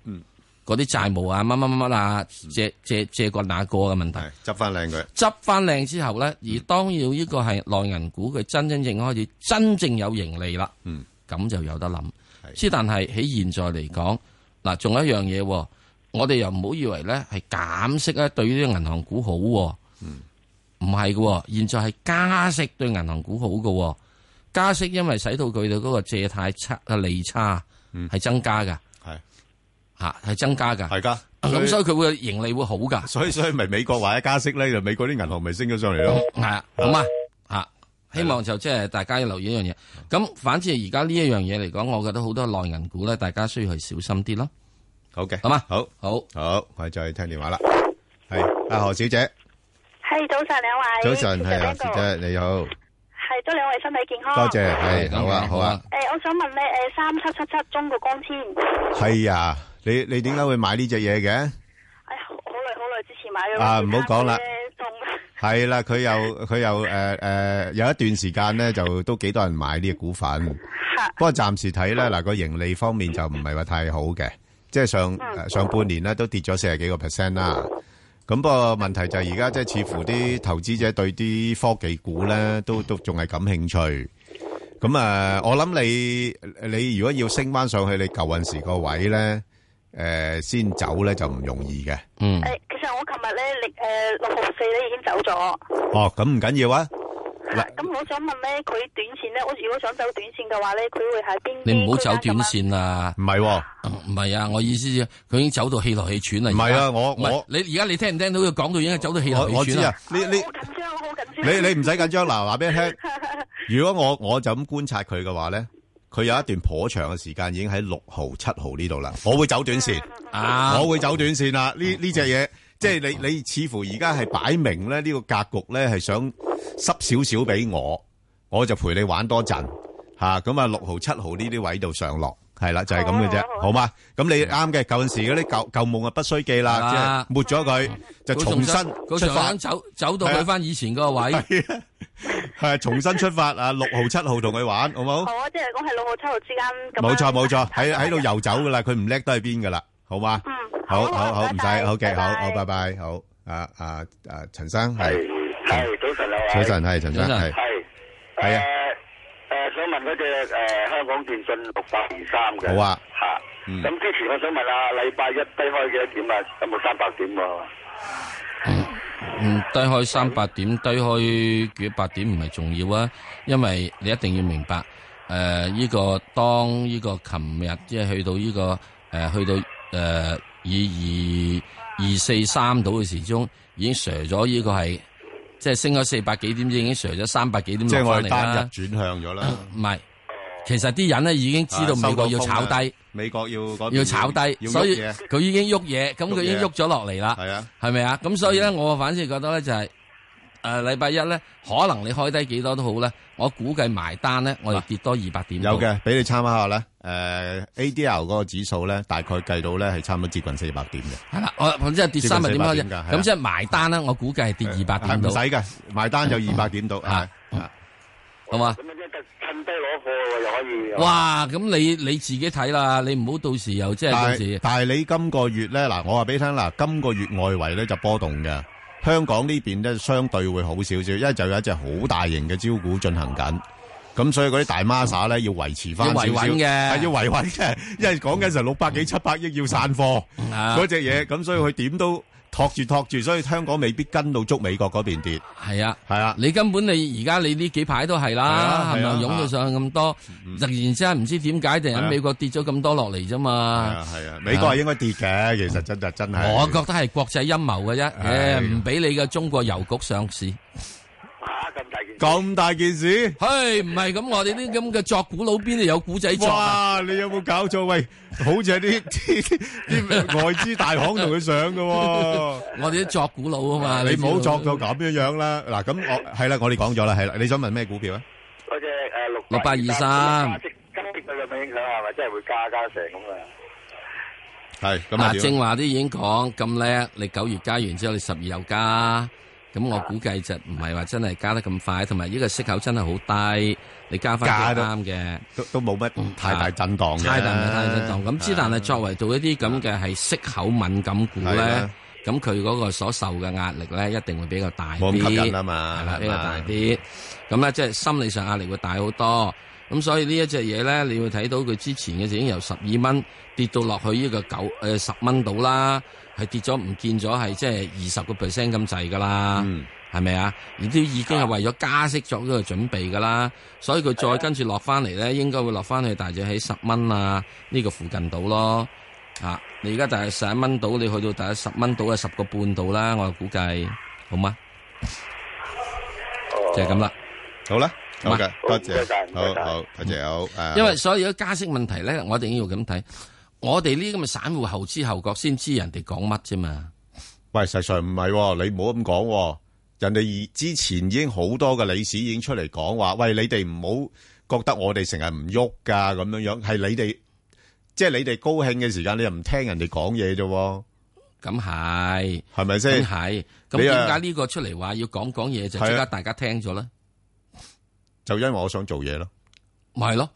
S5: 嗰啲債務啊，乜乜乜乜啊，借借借過那個嘅問題。
S4: 係執翻靚佢，
S5: 執翻靚之後咧，而
S4: 嗯
S5: 當要呢個係內銀股，佢真真正正開始真正有盈利啦，
S4: 嗯，
S5: 咁就有得諗。
S4: 係
S5: 之但係喺現在嚟講，嗱，仲有一樣嘢喎，我哋又唔好以為咧係減息咧對呢啲銀行股好喎，
S4: 嗯
S5: 唔係嘅喎，現在係加息對銀行股好嘅喎，加息因為使到佢哋嗰個借貸差嘅利差係增加㗎，
S4: 係
S5: 嚇係增加㗎，
S4: 嗯係噶。
S5: 咁所以佢會盈利會好㗎。
S4: 所以所以咪美國話一加息咧，就美國啲銀行咪升咗上嚟咯。
S5: 系啊，好嘛，啊，希望就即係大家要留意一樣嘢。咁反正而家呢一樣嘢嚟講，我覺得好多內銀股咧，大家需要去小心啲咯，
S4: 好嘅，
S5: 好嘛？
S4: 好，
S5: 好。
S4: 好，我哋再聽電話啦。係阿何小姐，
S8: 系早晨兩
S4: 早
S8: 位，
S4: 晨，哦係何小
S8: 係
S4: 姐，你好，
S8: 祝兩位身體健康。
S4: 多謝，係
S5: 咁
S4: 好啊，好啊，，
S8: 誒、我想問咧，誒、三七七七中國光纖，
S4: 係啊，你你點解會買呢只嘢嘅？
S8: 哎呀，好耐好耐之前買咗。
S4: 啊唔好講啦。
S8: 同
S4: 係啦，佢又佢又誒誒有一段時間咧，就都幾多人買呢個股份。不過暫時睇咧，嗱個盈利方面就唔係話太好嘅，即係上誒上半年咧都跌咗四十幾個 percent 啦。咁不過問題就係而家即係似乎啲投資者對啲科技股咧都都仲係感興趣。咁啊，我諗你你如果要升翻上去你舊陣時個位咧，誒先走咧就唔容易嘅。
S5: 嗯
S8: 誒、，其實我琴日咧，力誒六號四咧已經走咗。
S4: 哦，咁唔緊要啊。
S8: 係咁我想問咧，佢短線咧，我如果想走短線嘅話咧，佢會喺邊？
S5: 你唔好走短。線啦，
S4: 唔係喎。
S5: 唔係啊，我意思佢已經走到氣來氣喘啦。
S4: 唔係啊
S5: 而家
S4: 我
S5: 唔係
S4: 我
S5: 你而家你聽唔聽到佢講到已經走到氣
S4: 我
S5: 來
S4: 我
S5: 氣
S4: 知
S5: 喘
S4: 啊
S5: 啦？，
S4: 呢呢
S8: 好緊張，我好緊張。
S4: 你你唔使緊張嗱，話俾你聽。如果我我就咁觀察佢嘅話咧，佢有一段頗長嘅時間已經喺六號、七號呢度啦。我會走短線，
S5: 啊，
S4: 我會走短線啦。呢呢只嘢，即係你你似乎而家係擺明咧呢個格局咧係想濕少少俾我，我就陪你玩多陣吓。咁啊，六號、七號呢啲位度上落。係啦，就係咁嘅
S8: 好啊好
S4: 啫，
S8: 啊
S4: 好嘛？咁你啱嘅，舊陣時嗰啲舊舊夢啊，不須記啦，即係
S5: 啊
S4: 抹咗佢，就重新啊
S5: 佢
S4: 出發
S5: 想。走走到去翻以前嗰個位，
S4: 係啊，重新出發啊，6號、7號同佢玩，好冇？
S8: 好啊，即係我係六號七號之間咁樣。啊
S4: 冇錯，冇錯，喺-喺度遊走㗎喇，佢唔叻都喺邊㗎喇，好嗎？
S8: 嗯，
S4: 好，
S8: 好啊，
S4: 好，好，
S8: 唔該
S4: 唔使，
S8: 晒，
S4: 好嘅，
S8: 拜拜。
S4: 好，好，拜拜，好。啊，啊，啊，陳生，係，
S9: 系早晨啊，喂
S4: 早晨，係，陳生，
S5: 早晨。
S4: 係，
S9: 系
S4: 係啊
S9: 诶诶，誒想問嗰只诶香港電信六百二三嘅
S4: 好啊
S9: 吓，
S4: 嗯
S9: 咁之前我想問下，禮拜一低開幾多點啊？有冇三百點啊喎？
S5: 嗯，低開三百點，低開幾百點唔係重要啊，因為你一定要明白，誒、依、個當呢個琴日即係去到呢、個誒、呃去到誒呃以二二四三度嘅時鐘，已經瀉咗呢個係即係升咗四百幾點，已經瀉咗三百幾點落翻
S4: 即
S5: 嚟啦。
S4: 係我哋單日轉向咗啦，
S5: 唔係，其實啲人咧已經 *laughs* 知道美
S4: 啊
S5: 國要炒低。
S4: 美國要嗰邊
S5: 要炒低，
S4: 啊要
S5: 所以
S4: 喐嘢，
S5: 佢已經喐嘢，咁佢已經
S4: 喐嘢
S5: 喐咗落嚟啦，
S4: 係啊，
S5: 係咪啊？咁所以咧，我反正覺得咧就係誒禮拜一咧，可能你開低幾多都好咧，我估計埋單咧，我哋跌多二百點度。
S4: 有嘅，俾你參考下啦。誒，ADR 嗰個指數呢，大概計到呢係差唔多接近400點嘅。
S5: 係啦，我我即係跌三百點開
S4: 接近
S5: 啫
S4: 400點㗎係啊
S5: 咁即係埋單咧，我估計係跌二百點度，
S4: 係，唔使嘅，埋單就200點到，
S5: 啊，
S4: 係，啊，
S5: 好嘛？
S9: 咁啊，即係趁低攞喎，又可以。
S5: 哇！咁你你自己睇啦，你唔好到時又即係到
S4: 但
S5: 時
S4: 係但系你今個月咧，嗱，我話俾你聽嗱，今個月外圍咧就波動嘅，香港呢邊咧相對會好少少，因為就有一隻好大型嘅招股進行緊，咁所以嗰啲大孖沙咧要維持翻
S5: 要
S4: 少
S5: 維
S4: 少，
S5: 穩嘅
S4: 係要維穩嘅， *laughs* 因為講緊成六百幾七百億要散貨
S5: 啊
S4: 嗰只嘢，咁所以佢點都托住托住，所以香港未必跟到足美國嗰邊跌，
S5: 係啊。
S4: 係啊，
S5: 你根本你而家你呢幾排都係啦，係
S4: 係啊
S5: 咪
S4: 係啊
S5: 湧到上去咁多？突然之間唔知點解，突然
S4: 係
S5: 間
S4: 啊
S5: 美國跌咗咁多落嚟啫
S4: 係
S5: 嘛
S4: 啊。係啊，美國係應該跌嘅，其實真係啊真係，
S5: 我覺得係國際陰謀嘅啫，
S4: 唉
S5: 誒唔俾你嘅中國郵局上市。
S9: 哇，咁大件事。
S4: 咁大件事。 *laughs*
S5: 嘿，唔係咁，我哋啲咁嘅作古佬邊度有古仔作啊？
S4: 哇！你有冇搞錯？喂，好似係
S5: *laughs*
S4: 啲啲啲外資大行同佢上嘅
S5: *laughs*
S4: 喎。
S5: 我哋啲作古佬啊嘛，
S4: 你唔好
S5: 知道
S4: 作到咁樣樣啦。嗱，咁我係啦，我哋講咗啦，係啦。你想問咩股票啊？
S9: 嗰只誒
S5: 6823
S9: 六加息加息對佢咪影響係咪？真係會加加成咁啊！
S4: 係咁
S5: 啊
S4: 啊，點
S5: 正
S4: 啊？
S5: 話啲已經講咁叻，你九月加完之後，你十二又加，咁我估計就唔係話真係加得咁快，同埋呢個息口真係好低，你加翻
S4: 加
S5: 都
S4: 得
S5: 啱嘅。
S4: 都都冇乜太大震盪嘅。
S5: 太大嘅太震盪。咁之但係作為到一啲咁嘅係息口敏感股
S4: 係
S5: 咧
S4: 啦，
S5: 咁佢嗰個所受嘅壓力咧，一定會比較大
S4: 冇
S5: 啲。
S4: 咁吸引啊嘛
S5: 係啦，比
S4: 係
S5: 較
S4: 嘛
S5: 大啲。咁啊咧，即係心理上壓力會大好多。咁所以呢一隻嘢咧，你會睇到佢之前嘅已經由十二蚊跌到落去呢個九誒十蚊度啦，係跌咗唔見咗係即係二十個 percent 咁滯噶啦。
S4: 嗯
S5: 係咪啊？而都已經係為咗加息作呢個準備㗎啦，所以佢
S4: 啊
S5: 再跟住落翻嚟咧，應該會落翻去大致喺十蚊啊呢、個附近度咯。啊，你而家大係十一蚊度，你去到大概十蚊度啊十個半度啦，我估計好嗎？
S9: 哦
S5: 就係咁啦。
S4: 好啦，好嘅，
S9: 好
S4: 多
S9: 唔該晒
S4: 謝，
S9: 唔該
S4: 好
S9: 晒
S4: 好，多謝好。誒
S5: 因為所以而家加息問題咧，我一定要咁睇。我哋呢啲咁嘅散户後知後覺先知人哋講乜啫嘛。
S4: 喂，實上唔係喎，你唔好咁講喎。人哋之前已經好多嘅理事已經出嚟講話，喂，你哋唔好覺得我哋成日唔喐㗎咁樣樣，係你哋即係你哋高興嘅時間，你又唔聽人哋講嘢啫喎，
S5: 咁係，
S4: 係咪
S5: 咁
S4: 先？
S5: 係。咁
S4: 你
S5: 點
S4: 啊
S5: 解呢個出嚟話要講講嘢就即
S4: 係
S5: 刻
S4: 啊
S5: 大家聽咗咧？
S4: *laughs* 就因為我想做嘢咯，
S5: 咪係咯，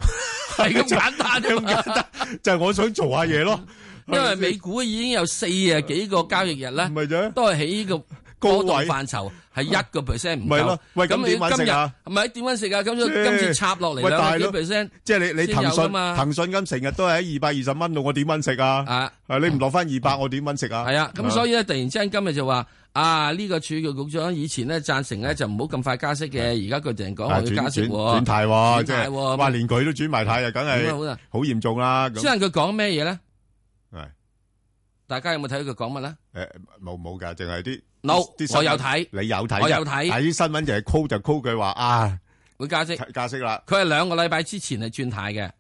S5: 係咁簡單啫嘛。
S4: 就係我想做下嘢咯，
S5: 因為美股已經有四啊幾個交易日咧
S4: 唔，係啫，
S5: 都係喺呢個
S4: 高
S5: 波
S4: 位
S5: 動範疇係一個 percent 唔
S4: 咪
S5: 夠
S4: 咯。喂咁
S5: 你
S4: 點搵
S5: 今
S4: 食
S5: 日
S4: 啊
S5: 唔係點搵食啊？今
S4: 即
S5: 次
S4: 係
S5: 今次插落嚟
S4: 喂
S5: 兩個
S4: 大
S5: 幾
S4: 佬
S5: percent，
S4: 即係你你
S5: 先有
S4: 騰訊
S5: 㗎嘛
S4: 騰訊咁成日都係喺二百二十蚊度，我點揾食啊？
S5: 啊
S4: 係你唔落翻二百，我點揾食啊？
S5: 係啊，咁所以咧突然之間今日就話啊呢個儲局局長以前咧贊成咧就唔好咁快加息嘅，而家佢突然講
S4: 啊，
S5: 話要
S4: 轉-
S5: 加息
S4: 轉-
S5: 喎。
S4: 轉態喎，
S5: 轉態
S4: 即係，
S5: 喎，
S4: 哇，
S5: 咁。
S4: 連佢都轉埋態啊，梗係
S5: 咁啊，好啦。
S4: 好嚴重啦，咁。
S5: 之後佢講咩嘢咧？大家有冇睇佢講乜咧
S4: 係，誒，冇-冇㗎，淨係啲-
S5: No，
S4: 啲新聞。
S5: 我有睇。
S4: 你有睇㗎？
S5: 我有睇。
S4: 但係啲新聞就係quote就quote佢話，啊，？
S5: 會加息，
S4: 加息啦。
S5: 佢係兩個禮拜之前係轉態嘅。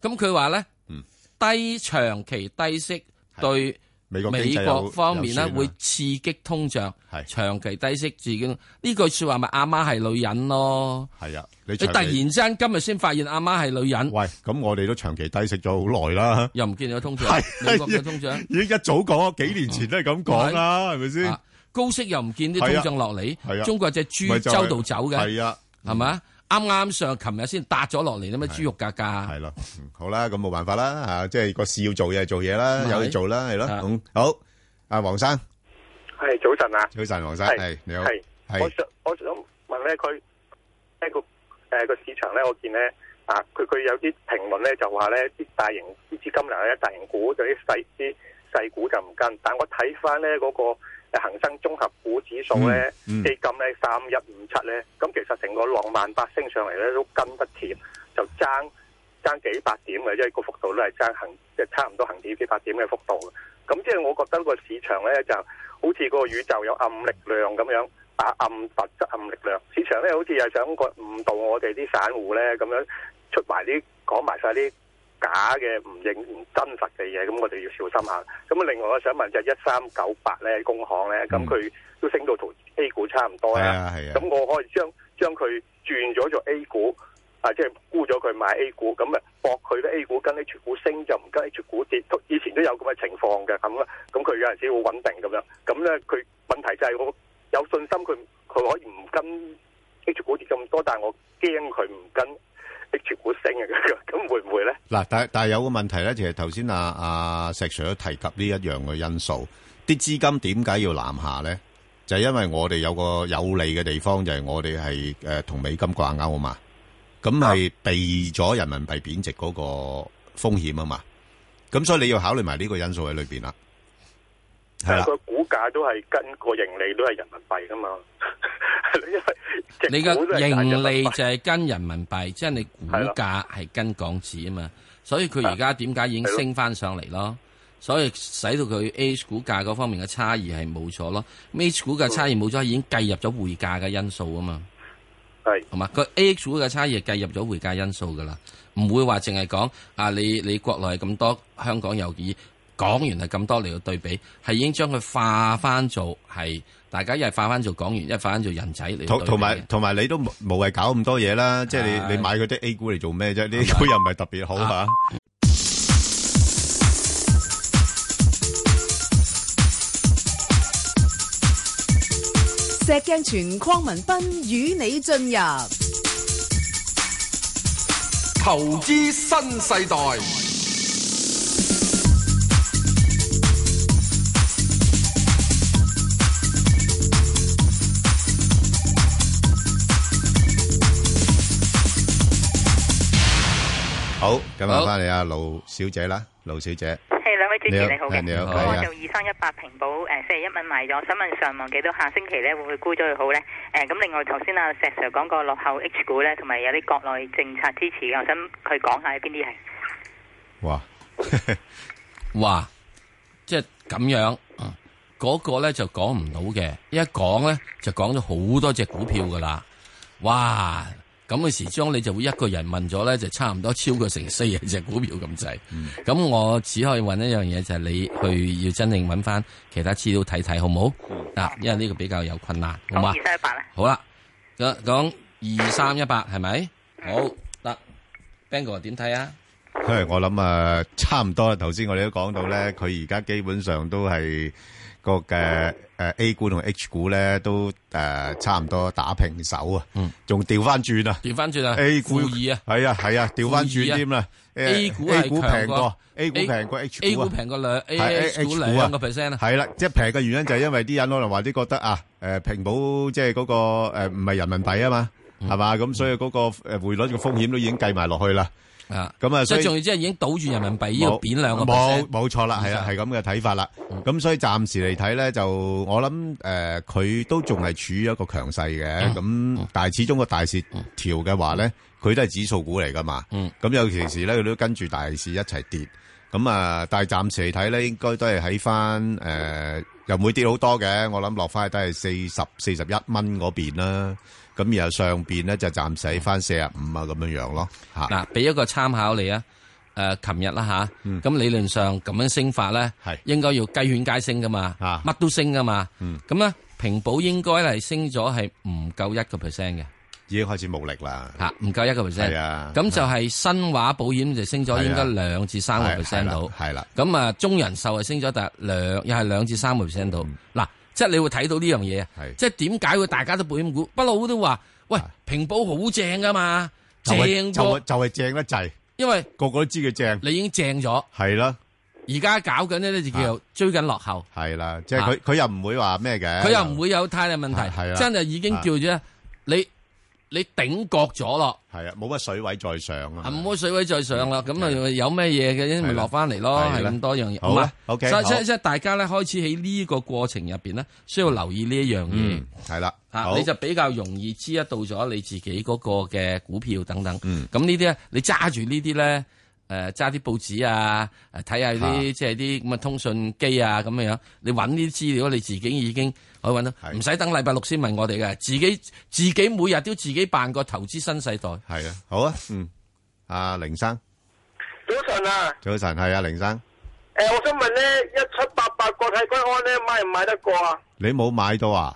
S5: 咁佢話咧
S4: 嗯，
S5: 低長期低息
S4: 係
S5: 對。
S4: 美
S5: 美
S4: 國經濟有-
S5: 國方面咧
S4: 有算啊。
S5: 會刺激通脹，
S4: 係
S5: 長期低息自己呢句説話咪阿媽係女人咯。
S4: 係啊，你
S5: 你
S4: 長期-
S5: 突然之間今日先發現阿媽係女人，
S4: 喂，咁我哋都長期低息咗好耐啦。
S5: 又唔見有通脹，
S4: 係
S5: 美國嘅通脹
S4: 已經一早講，幾年前都係咁講啦，係咪先？
S5: 啊高息又唔見啲
S4: 係啊
S5: 通脹落嚟，
S4: 係啊
S5: 中國只豬
S4: 咪就係-
S5: 周度走嘅，
S4: 係啊，
S5: 係咪啊？啱啱上琴日先搭咗落嚟啲咩豬肉價格，
S4: 係咯，嗯，好啦，咁冇辦法啦，啊，即係個市要做嘢就做嘢啦，
S5: 咪係。
S4: 有嘢做啦，係咯，
S5: 啊。
S4: 好，好，啊，黃生。
S9: 係早晨啊，
S4: 早晨，黃生，
S9: 係
S4: 係你好，
S9: 係
S4: 係
S9: 我想我想問咧，佢呢個誒個市場咧，我見咧啊，佢佢有啲評論咧就話咧啲大型啲資金流咧，大型股就啲細啲細股就唔跟，但我睇翻咧嗰個誒恆生綜合股指數咧，
S4: 嗯嗯
S9: 基金咧三一五七咧，咁其實成個浪萬八升上嚟咧都跟不貼，就爭爭幾百點嘅，因為個幅度都係爭行即係差唔多恒指幾百點嘅幅度嘅。咁即係我覺得個市場咧就好似個宇宙有暗力量咁樣，啊暗物質暗力量。市場咧好似係想個誤導我哋啲散戶咧咁樣出埋啲講埋晒啲假嘅唔認唔真實嘅嘢，咁我哋要小心下。咁啊，另外我想問就係一三九八咧，工行咧，咁佢都升到同 A 股差唔多
S4: 嗯係
S9: 啦。
S4: 啊係
S9: 咁
S4: 啊，
S9: 我可以將將佢轉咗做 A 股，啊，即係沽咗佢買 A 股，咁啊搏佢啲 A 股跟 H 股升就唔跟 H 股跌，都以前都有咁嘅情況嘅，咁啦，啊咁佢有陣時好穩定咁樣，咁咧佢問題就係我有信心佢佢可以唔跟 H 股跌咁多，但係我驚佢唔跟啲持股升嘅咁樣，咁會唔會咧？
S4: 嗱，但但係有個問題咧，其實頭先阿阿石 Sir 都提及呢一樣嘅因素，啲資金點解要南下咧？就係因為我哋有個有利嘅地方，就係我哋係誒同美金掛鈎啊嘛，咁係避咗人民幣貶值嗰個風險啊嘛，咁所以你要考慮埋呢個因素喺裏邊啦，係
S9: 但
S4: 啦
S9: 係，佢股價都係跟個盈利都係人民幣噶嘛， *laughs* 因為隻
S5: 你嘅
S9: 股都係賺人
S5: 盈
S9: 民
S5: 利
S9: 幣
S5: 就係跟人民幣，即係你股價係跟港紙啊嘛，所以佢而家點解已經升翻上嚟咯？所以使到佢 H 股價嗰方面嘅差異係冇咗咯，H 股價差異冇咗已經計入咗匯價嘅因素啊嘛，
S9: 係
S5: 同埋個 A 股嘅差異係計入咗匯價因素噶啦，唔會話淨係講啊你你國內咁多，香港有以港元係咁多嚟到對比，係已經將佢化翻做係大家一係化翻做港元，一係化翻做人仔嚟到對
S4: 同同
S5: 比嘅。
S4: 埋同埋你都無無謂搞咁多嘢啦，即係
S5: 係
S4: 你你買嗰啲 A 股嚟做咩啫？呢啲股又唔係特啊別好嚇。
S2: 石鏡泉匡文斌與你進入
S3: 投資新世代，
S4: 好，咁
S5: 好
S4: 啊，翻嚟阿卢小姐啦，卢小姐，
S10: 係兩位主持
S4: 你好
S10: 你好嘅，
S4: 你
S10: 咁
S4: 好
S10: 我
S4: 係啊
S10: 就二三一八平保誒四十一蚊買咗，想問上望幾多下星期咧會唔會沽咗佢好咧？誒咁另外頭先阿石 Sir 講過落後 H 股咧，同埋有啲國內政策支持嘅，我想佢講下有邊啲係。
S4: 哇，
S5: 哇，即系咁樣，嗯嗰、個个咧就講唔到嘅，一講咧就講咗好多隻股票噶啦，哇！咁嘅時鐘你就會一個人問咗咧，就差唔多超過成四十隻股票咁滯。咁、我只可以揾一樣嘢，就係、你去要真正揾翻其他資料睇睇，好唔好？嗱、因為呢個比較有困難，好
S10: 講
S5: 嘛？
S10: 二三一八啦，
S5: 好啦，講講二三一八係咪？好得，Bang 哥點睇啊？
S4: 因為我諗啊，差唔多啦。頭先我哋都講到咧，佢而家基本上都係個嘅诶 A 股同 H 股咧都诶差唔多打平手啊，仲調翻轉啊
S5: 調翻轉啊 *laughs*
S4: A 股
S5: 負嗯二啊！
S4: 係啊係啊，調翻轉添啦。誒
S5: A 股
S4: A
S5: 係
S4: 股
S5: 強
S4: 平過 A 股平過 H
S5: A
S4: 股
S5: 股
S4: 啊。
S5: 平過兩 A
S4: 係
S5: H 股
S4: H 股啊
S5: 兩個 percent 啊，
S4: 係啦，即係平嘅原因就係因為啲人可能話啲覺得啊，誒平保即係嗰個誒唔係人民幣啊嘛，
S5: 嗯
S4: 係嘛，咁所以嗰個誒匯率嘅風險都已經計埋落去啦。
S5: 啊，
S4: 咁啊，
S5: 即
S4: 所
S5: 係
S4: 以
S5: 仲要即係已經倒住人民幣呢
S4: 冇
S5: 度貶兩個 percent 嗯
S4: 冇。冇錯啦，係啊，係咁嘅睇法啦。咁所以暫時嚟睇咧，就我諗誒，佢都仲係處於一個強勢
S5: 嗯
S4: 嘅。咁但係始終個大市調嘅話咧，佢都係指數股嚟噶嘛。
S5: 嗯
S4: 咁有其時咧，佢都跟住大市一齊跌。咁啊，但係暫時嚟睇咧，應該都係喺翻誒，又唔會跌好多嘅。我諗落翻都係四十四十一蚊嗰邊啦。咁然後上邊咧就暫時喺翻四十五啊咁樣樣咯。嚇，
S5: 嗱，俾一個參考你啊。誒，琴日啦吓，
S4: 嗯
S5: 咁理論上咁樣升法咧
S4: 係，
S5: 應該要雞犬皆升噶嘛，
S4: 啊
S5: 乜都升噶嘛
S4: 嗯。
S5: 咁咧，平保應該係升咗係唔夠一個 percent 嘅，
S4: 已經開始無力啦。
S5: 嚇唔夠一個
S4: 係
S5: percent。
S4: 啊，
S5: 咁就係新華保險就升咗應該兩至三個 percent 到。
S4: 係啦。
S5: 咁啊，中人壽係升咗，但係兩又係兩至三個 percent 度。嗱，即係你會睇到呢樣嘢啊
S4: 嗯係，
S5: 即係點解會大家都保險股不嬲都話，喂，平保好正噶嘛，
S4: 就係
S5: 正
S4: 就
S5: 過
S4: 係，就係正得滯，
S5: 因為
S4: 個個都知佢正，
S5: 你已經正咗，
S4: 係啦，
S5: 而家搞緊呢，你就叫
S4: 啊
S5: 做追緊落後，
S4: 係啦，即係佢佢又唔會話咩嘅，
S5: 佢又唔會有太大問
S4: 啊係
S5: 題，
S4: 啊
S5: 真係已經叫咗你你頂角咗咯，
S4: 係啊，冇乜水位在上啊，
S5: 唔好水位再上啦，咁啊
S4: 嗯係
S5: 有咩嘢嘅，因為
S4: 係啦
S5: 落翻嚟咯，
S4: 係
S5: 係
S4: 啦
S5: 咁多樣嘢。
S4: 好啦
S5: 唔係
S4: OK，
S5: 所以
S4: 好
S5: 即係即係大家咧開始喺呢個過程入邊咧，需要留意呢一樣嘢
S4: 嗯。係啦，
S5: 啊，
S4: 好
S5: 你就比較容易知得到咗你自己嗰個嘅股票等等。
S4: 嗯
S5: 咁呢啲咧，你揸住呢啲咧，誒揸啲報紙啊，誒睇下啲
S4: 啊
S5: 即係啲咁嘅通訊機啊咁樣樣，你揾呢啲資料，你自己已經可以揾到，
S4: 係
S5: 唔使等禮拜六先問我哋嘅，自己自己每日都自己辦個投資新世代。
S4: 係啊，好啊，嗯，阿凌生，
S9: 早晨啊，
S4: 早晨，係啊，凌生，
S9: 誒、呃我想問咧，一七八八國泰君安咧買唔買得過啊？
S4: 你冇買到啊？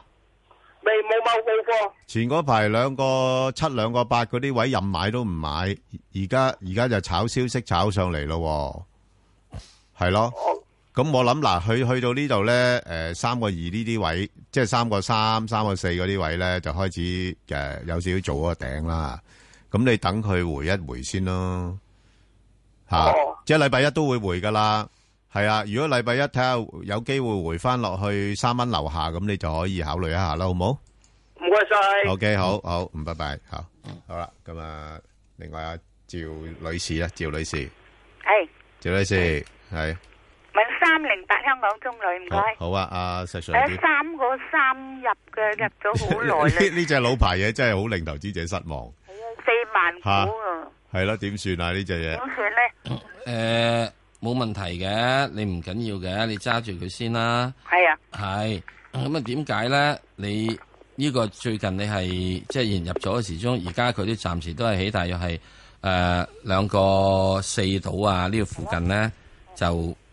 S9: 未冇冇冇貨，
S4: 前嗰排兩個七兩個八嗰啲位任買都唔買，而家而家就炒消息炒上嚟咯喎，係咯。
S9: 哦，
S4: 咁我諗嗱，去去到呢度咧，誒、三個二呢啲位，即係三個三、三個四嗰啲位咧，就開始誒、有少少做嗰個頂啦。咁你等佢回一回先咯，吓、即系礼拜一都會回噶啦，係啊。如果禮拜一睇下有機會回翻落去三蚊樓下，咁你就可以考慮一下啦，好冇
S11: 唔該晒。
S4: ？OK，好好，唔拜拜，好，好啦，咁啊，另外阿趙女士啊，趙女士，
S12: 系
S4: 趙女士係
S12: 搵三零八香港中旅唔
S4: 好
S12: 該，
S4: 好啊，阿石 Sir
S12: 誒
S4: 點
S12: 三個三入嘅入咗
S4: *laughs*
S12: 好耐啦，
S4: 呢呢只老牌嘢真係好令投資者失望，
S12: 四萬股啊，
S4: 係咯，點算啊呢只嘢？
S12: 點算咧？
S5: 诶，冇問題嘅，你唔緊要嘅，你揸住佢先啦。
S12: 係啊，
S5: 係咁啊？點解咧？你呢個最近你係即係延入咗嘅時鐘，而家佢都暫時都係起，大約係诶兩個四度啊呢個附近咧就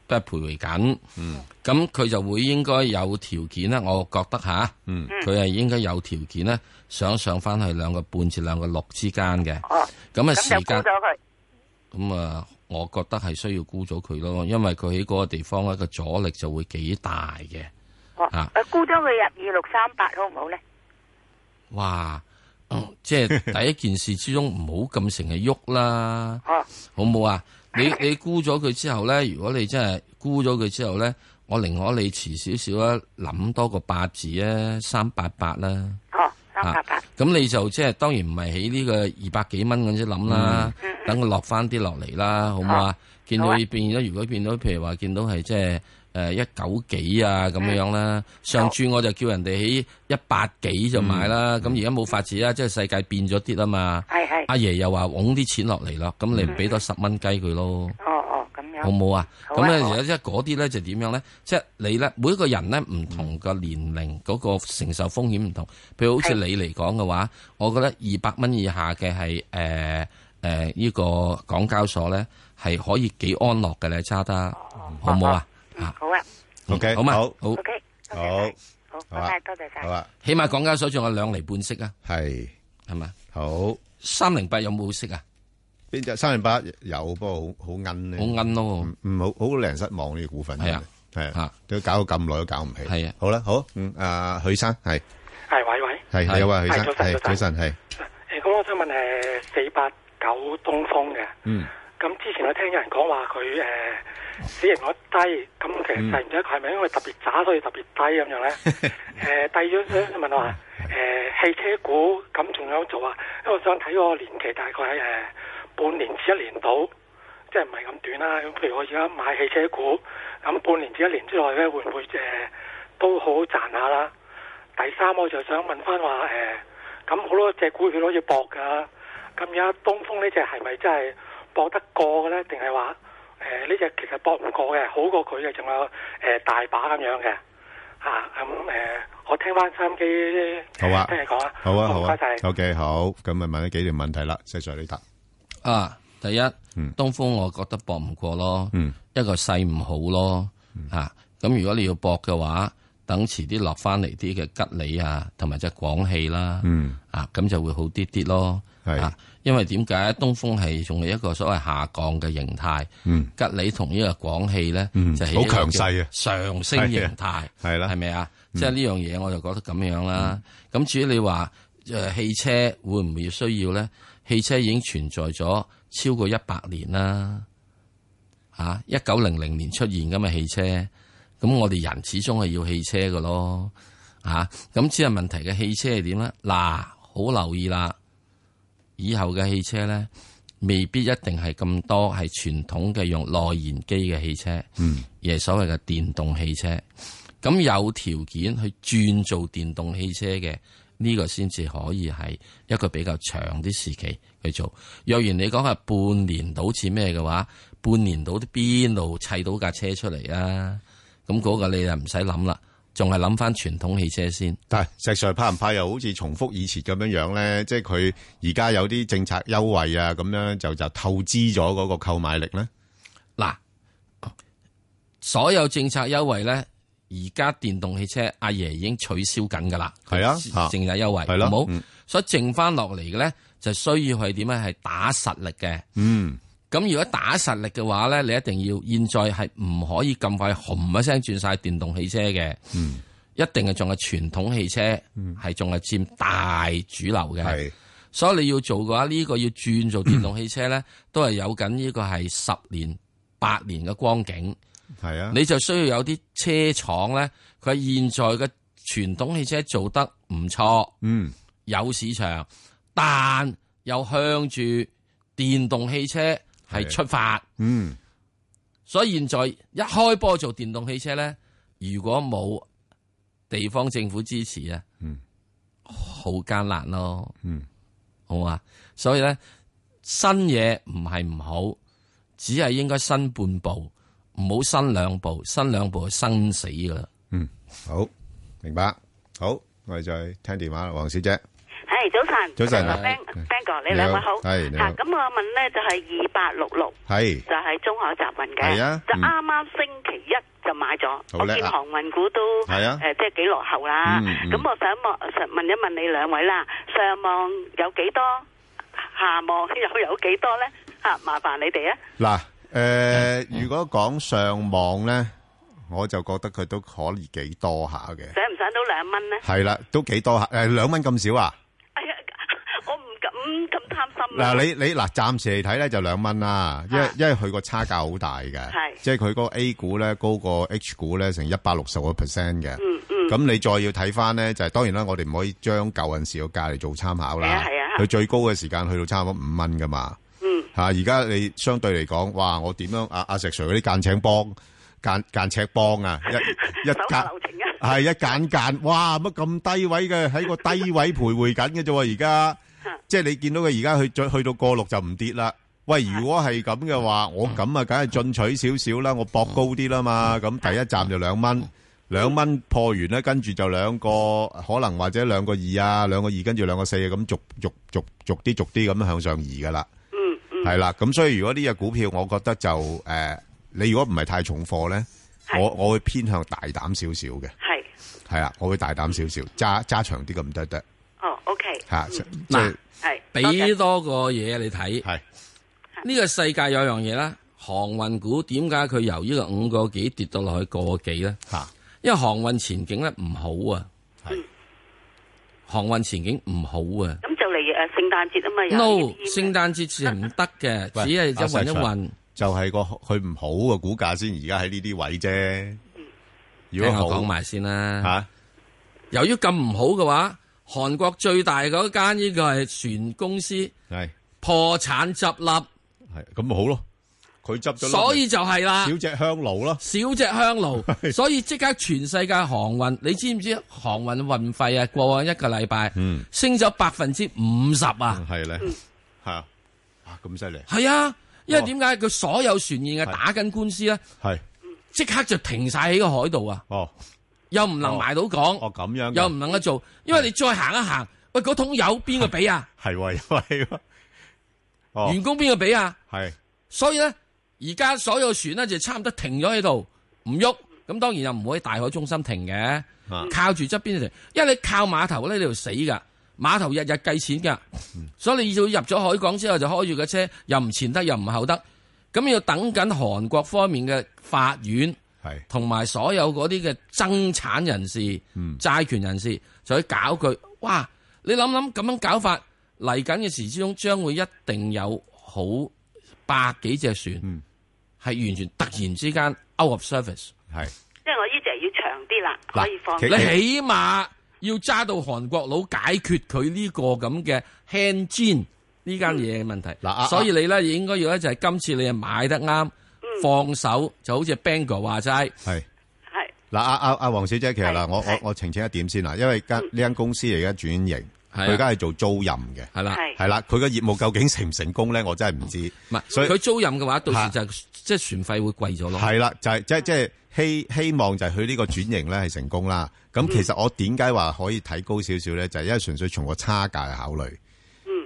S5: 不徘徊緊。嗯，咁佢就會應該有條件啦，我覺得吓，
S4: 嗯
S5: 佢係應該有條件咧，想上翻去兩個半至兩個六之間嘅。
S12: 哦，
S5: 咁啊
S12: 咁
S5: 時
S12: 就沽
S5: 間
S12: 咗。佢，
S5: 咁啊，我覺得係需要沽咗佢咯，因為佢喺嗰個地方咧個阻力就會幾大嘅。啊
S12: 哦，誒沽咗佢入二六三八好唔好咧？
S5: 哇！哦即係第一件事之中唔好咁成日喐啦， *laughs* 好唔好啊？你你沽咗佢之後咧，如果你真係沽咗佢之後咧，我寧可你遲少少啊，諗多個八字啊，三八八啦。
S12: 哦，
S5: 三八八。咁你就即係當然唔係喺呢個二百幾蚊咁先諗啦，等佢落翻啲落嚟啦，好唔好啊
S13: 好？
S5: 見到
S13: 嗯好啊
S5: 佢變咗，如果變到譬如話見到係即係誒一九幾啊咁樣樣
S13: 嗯
S5: 啦，上轉我就叫人哋喺一百幾就買啦，
S13: 嗯
S5: 咁而家冇法子啦，即係世界變咗啲啊嘛。
S12: 係係
S5: 阿爺又話拱啲錢落嚟咯，咁你俾多十蚊雞佢咯。
S12: 哦哦，咁樣。
S5: 好冇啊？
S12: 好
S5: 咁咧，
S12: 好
S5: 而家即係嗰啲咧就點樣咧？即係你咧，每一個人咧唔同個年齡嗰個承受風險唔同。譬如好似你嚟講嘅話，我覺得二百蚊以下嘅係誒誒呢個港交所咧係可以幾安樂嘅咧，揸得好冇啊？啊
S12: 好啊
S5: ，OK，好嘛，好
S12: ，OK，
S4: 好，
S12: 好，
S5: 好
S12: 拜
S5: 啊
S12: 拜，多謝晒。
S4: 啊，
S5: 起碼港交所仲有兩厘半息啊，
S4: 係
S5: 係嘛？
S4: 好，
S5: 三零八有冇息啊？
S4: 邊只三零八有，不過好好奀咧，
S5: 好奀咯，
S4: 唔好好令人失望呢個股份，
S5: 係啊，
S4: 係啊，都搞咗咁耐都搞唔起，係啊，好啦，好，嗯，阿許生係
S14: 係喂喂，
S4: 係係有啊，許
S14: 係
S4: 生
S14: 早晨
S4: 係
S14: 早
S4: 早
S14: 晨。
S4: 晨係，
S14: 誒，咁我想問誒四八九東風嘅，
S4: 嗯，
S14: 咁之前我聽有人講話佢誒市盈率低，咁其
S4: 嗯
S14: 實制唔制係咪因為特別渣所以特別低咁
S4: *laughs*
S14: 樣咧？誒、第二樣想問話誒、汽車股咁仲有做啊？因為我想睇個年期大概係誒、半年至一年到。即係唔係咁短啦？咁譬如我而家買汽車股，咁半年至一年之內咧，會唔會誒、都好賺下啦？第三，我就想問翻話誒，咁、好多隻股票都要搏㗎，咁而家東風呢只係咪真係搏得過嘅咧？定係話誒呢只其實搏唔過嘅，好過佢嘅仲有誒、大把咁樣嘅嚇咁誒，我聽翻收音機
S4: 好啊
S14: 聽你講啊，
S4: 好啊，好啊
S14: 唔該晒。
S4: ，OK，好，咁啊問咗幾條問題啦，石 Sir 你答，
S5: 啊，第一，
S4: 嗯
S5: 東風我覺得搏唔過咯，一個勢唔好咯，
S4: 嗯
S5: 啊，咁如果你要搏嘅話，等遲啲落翻嚟啲嘅吉利啊，同埋只廣汽啦，
S4: 嗯，
S5: 啊，咁就會好啲啲咯，啊，因為點解東風係仲係一個所謂下降嘅形態，
S4: 嗯
S5: 吉利同呢個廣汽咧
S4: 嗯
S5: 就係
S4: 好
S5: 一個
S4: 強
S5: 叫
S4: 勢啊
S5: 上升形
S4: 係
S5: 態
S4: 啊，係啦嗯
S5: 係咪啊？即係呢樣嘢我就覺得咁樣啦。咁至於你話誒汽車會唔會需要咧？汽車已經存在咗超過一百年啦，嚇一九零零年出現咁嘅汽車，咁我哋人始終係要汽車嘅咯，嚇、咁只係問題嘅汽車係點咧？嗱，好留意啦，以後嘅汽車咧。未必一定係咁多係傳統嘅用內燃機嘅汽車，
S4: 嗯，
S5: 而係所謂嘅電動汽車。咁有條件去轉做電動汽車嘅呢、個先至可以係一個比較長啲時期去做。若然你講係半年到至咩嘅話，半年到啲邊度砌到架車出嚟啊？咁嗰個你就唔使諗啦，仲係諗翻傳統汽車先。
S4: 但係石 Sir 怕唔怕又好似重複以前咁樣樣咧？即係佢而家有啲政策優惠啊，咁樣就就透支咗嗰個購買力咧，
S5: 嗱，所有政策優惠咧，而家電動汽車阿爺已經取消緊噶啦，
S4: 係啊
S5: 佢
S4: 嚇
S5: 政策優惠
S4: 係咯
S5: 好冇
S4: 嗯，
S5: 所以剩翻落嚟嘅咧，就需要係點咧？係打實力嘅。
S4: 嗯，
S5: 咁如果打實力嘅話咧，你一定要現在係唔可以咁快紅一聲轉晒電動汽車嘅，
S4: 嗯，
S5: 一定係仲係傳統汽車，係仲係佔大主流嘅。所以你要做嘅話，呢、個要轉做電動汽車咧，都係有緊呢個係十年、八年嘅光景。
S4: 系啊，
S5: 你就需要有啲車廠咧，佢係現在嘅傳統汽車做得唔錯，
S4: 嗯，
S5: 有市場，但又向住電動汽車係出發。
S4: 嗯，
S5: 所以現在一開波做電動汽車咧，如果冇地方政府支持啊，
S4: 嗯，
S5: 好艱難咯，
S4: 嗯，
S5: 好啊，所以咧新嘢唔係唔好，只係應該新半步，唔好新兩步，新兩步就生死噶啦。
S4: 嗯，好，明白，好，我哋再聽電話啦，黃小姐，
S11: 系早晨，
S4: 早晨
S11: ，Bang
S4: 係
S11: Bang 哥，你
S4: 你
S11: 兩位
S4: 好
S11: 好，
S4: 係你好
S11: 嚇咁我問咧就係二八六六，
S4: 係
S11: 就係中海集運嘅，
S4: 係啊
S11: 就
S4: 嗯
S11: 啱啱星期一就買咗，
S4: 好
S11: 我
S4: 叻啊
S11: 見航運股都
S4: 係啊
S11: 誒即係幾落後啦
S4: 嗯嗯，
S11: 咁我想望想問一問你兩位啦，上望有幾多，下望又有幾多咧？嚇，麻煩你哋啊！
S4: 嗱，诶，如果講上網咧，我就覺得佢都可以幾多下嘅，
S11: 想唔想到兩蚊咧？
S4: 係啦，都幾多下，诶，兩蚊咁少啊？
S11: 我唔敢咁貪心啊
S4: 嗱，你你嗱，暫時嚟睇咧就兩蚊啦，因為因為佢個差價好大嘅，
S11: 係
S4: 即係佢嗰個 A 股咧高過 H 股咧成一百六十個 percent 嘅，
S11: 嗯嗯
S4: 咁你再要睇翻咧就係當然啦，我哋唔可以將舊陣時個價嚟做參考
S11: 係
S4: 啦
S11: 啊係啊，
S4: 佢最高嘅時間去到差唔多五蚊噶嘛，
S11: 嗯
S4: 吓而家你相對嚟講，哇，我點樣阿阿石 Sir 嗰啲間尺幫間間尺幫啊，一
S11: *laughs*
S4: 一間係一間間，哇乜咁低位嘅喺個低位徘徊緊嘅啫喎，
S11: *laughs*
S4: 而家即係你見到佢而家去再去到過六就唔跌啦。喂，如果係咁嘅話，我咁啊，梗係進取少少啦，我搏高啲啦
S11: 嗯
S4: 嘛。咁第一站就兩蚊，兩蚊破完咧，跟住就兩個可能或者兩個二啊，兩個二跟住兩個四啊，咁逐逐逐逐啲逐啲咁向上移噶啦。
S11: 嗯嗯，
S4: 系啦，咁所以如果呢只股票，我覺得就诶、呃你如果唔係太重貨咧，我我会偏向大膽少少嘅，
S11: 係
S4: 係啦，我會大膽少少，揸揸長啲咁得得
S11: 哦，OK，
S4: 吓，
S11: 嗯
S4: 即即
S5: 嗱
S4: 係
S11: 係
S5: 俾多個嘢你睇，
S4: 系
S5: 呢個世界有樣嘢啦，航運股點解佢由呢個五個幾跌到落去個幾咧？
S4: 吓，
S5: 因為航運前景咧唔好啊，
S4: 系
S5: 航運前景唔好啊。
S11: 咁就嚟誒聖誕節啊嘛，有
S6: 嗯
S5: no，聖誕節是唔得嘅，只係一運一運。，
S4: 就係個佢唔好嘅股價先，而家喺呢啲位啫。如果
S5: 聽我
S4: 好啊
S5: 講埋先啦。
S4: 吓，
S5: 由於咁唔好嘅話，韓國最大嗰間呢個係船公司
S4: 係
S5: 破產執笠，
S4: 係咁咪好咯，佢執咗，
S5: 所以就啊係啦
S4: 少隻香爐咯，
S5: 少隻香
S4: *laughs*
S5: 爐，所以即刻全世界航運，你知唔知航運運費啊？過往一個禮拜
S4: 嗯
S5: 升咗百分之五十啊！
S4: 係咧，係啊，哇咁犀利，
S5: 係啊，因
S4: 哦
S5: 為點解佢所有船員啊打緊官司咧，
S4: 係
S5: 即刻就停晒喺個海度啊！
S4: 哦，
S5: 又唔能埋到港，
S4: 哦咁樣嘅
S5: 又唔能夠做，因為你再行一行，喂嗰桶油邊個俾啊？
S4: 係喎，因為哦
S5: 員工邊個俾啊？
S4: 係。
S5: 所以咧，而家所有船咧就差唔多停咗喺度，唔喐。咁當然又唔可以大海中心停嘅，
S4: 啊
S5: 靠住側邊就停，因為你靠碼頭咧，你就死噶。碼頭日日計錢噶，所以你要入咗海港之後就開住個車，又唔前得又唔後得，咁要等緊韓國方面嘅法院，同埋所有嗰啲嘅爭產人士、債權人士，就去搞佢。哇！你諗諗咁樣搞法，嚟緊嘅時之中將會一定有好百幾隻船，係、完全突然之間 out of service。
S4: 係
S11: 即係我呢只要長啲啦，可以放。
S5: 你起碼要揸到韓國佬解決佢呢個咁嘅 hand gin 呢間嘢嘅問題。
S4: 啊
S5: 所以你咧應該要咧就係今次你係買得啱，放手就好似 Bang 哥話齋。
S4: 係嗱，阿阿阿黄小姐，其實嗱，我我我澄清一點先啦，因為間呢間公司而家轉型，
S5: 係啊
S4: 佢而家係做租賃嘅，
S5: 係啦係
S4: 系啦，佢嘅業務究竟成唔成功咧，我真係唔知。
S5: 唔係，
S4: 所以啊
S5: 佢租任嘅話，到時
S4: 嚇
S5: 就即係船費會貴咗咯。
S4: 係啦，就係即係即係希希望就係佢呢個轉型咧係成功啦。咁其實我點解話可以睇高少少咧，就係因為純粹從個差價去考慮。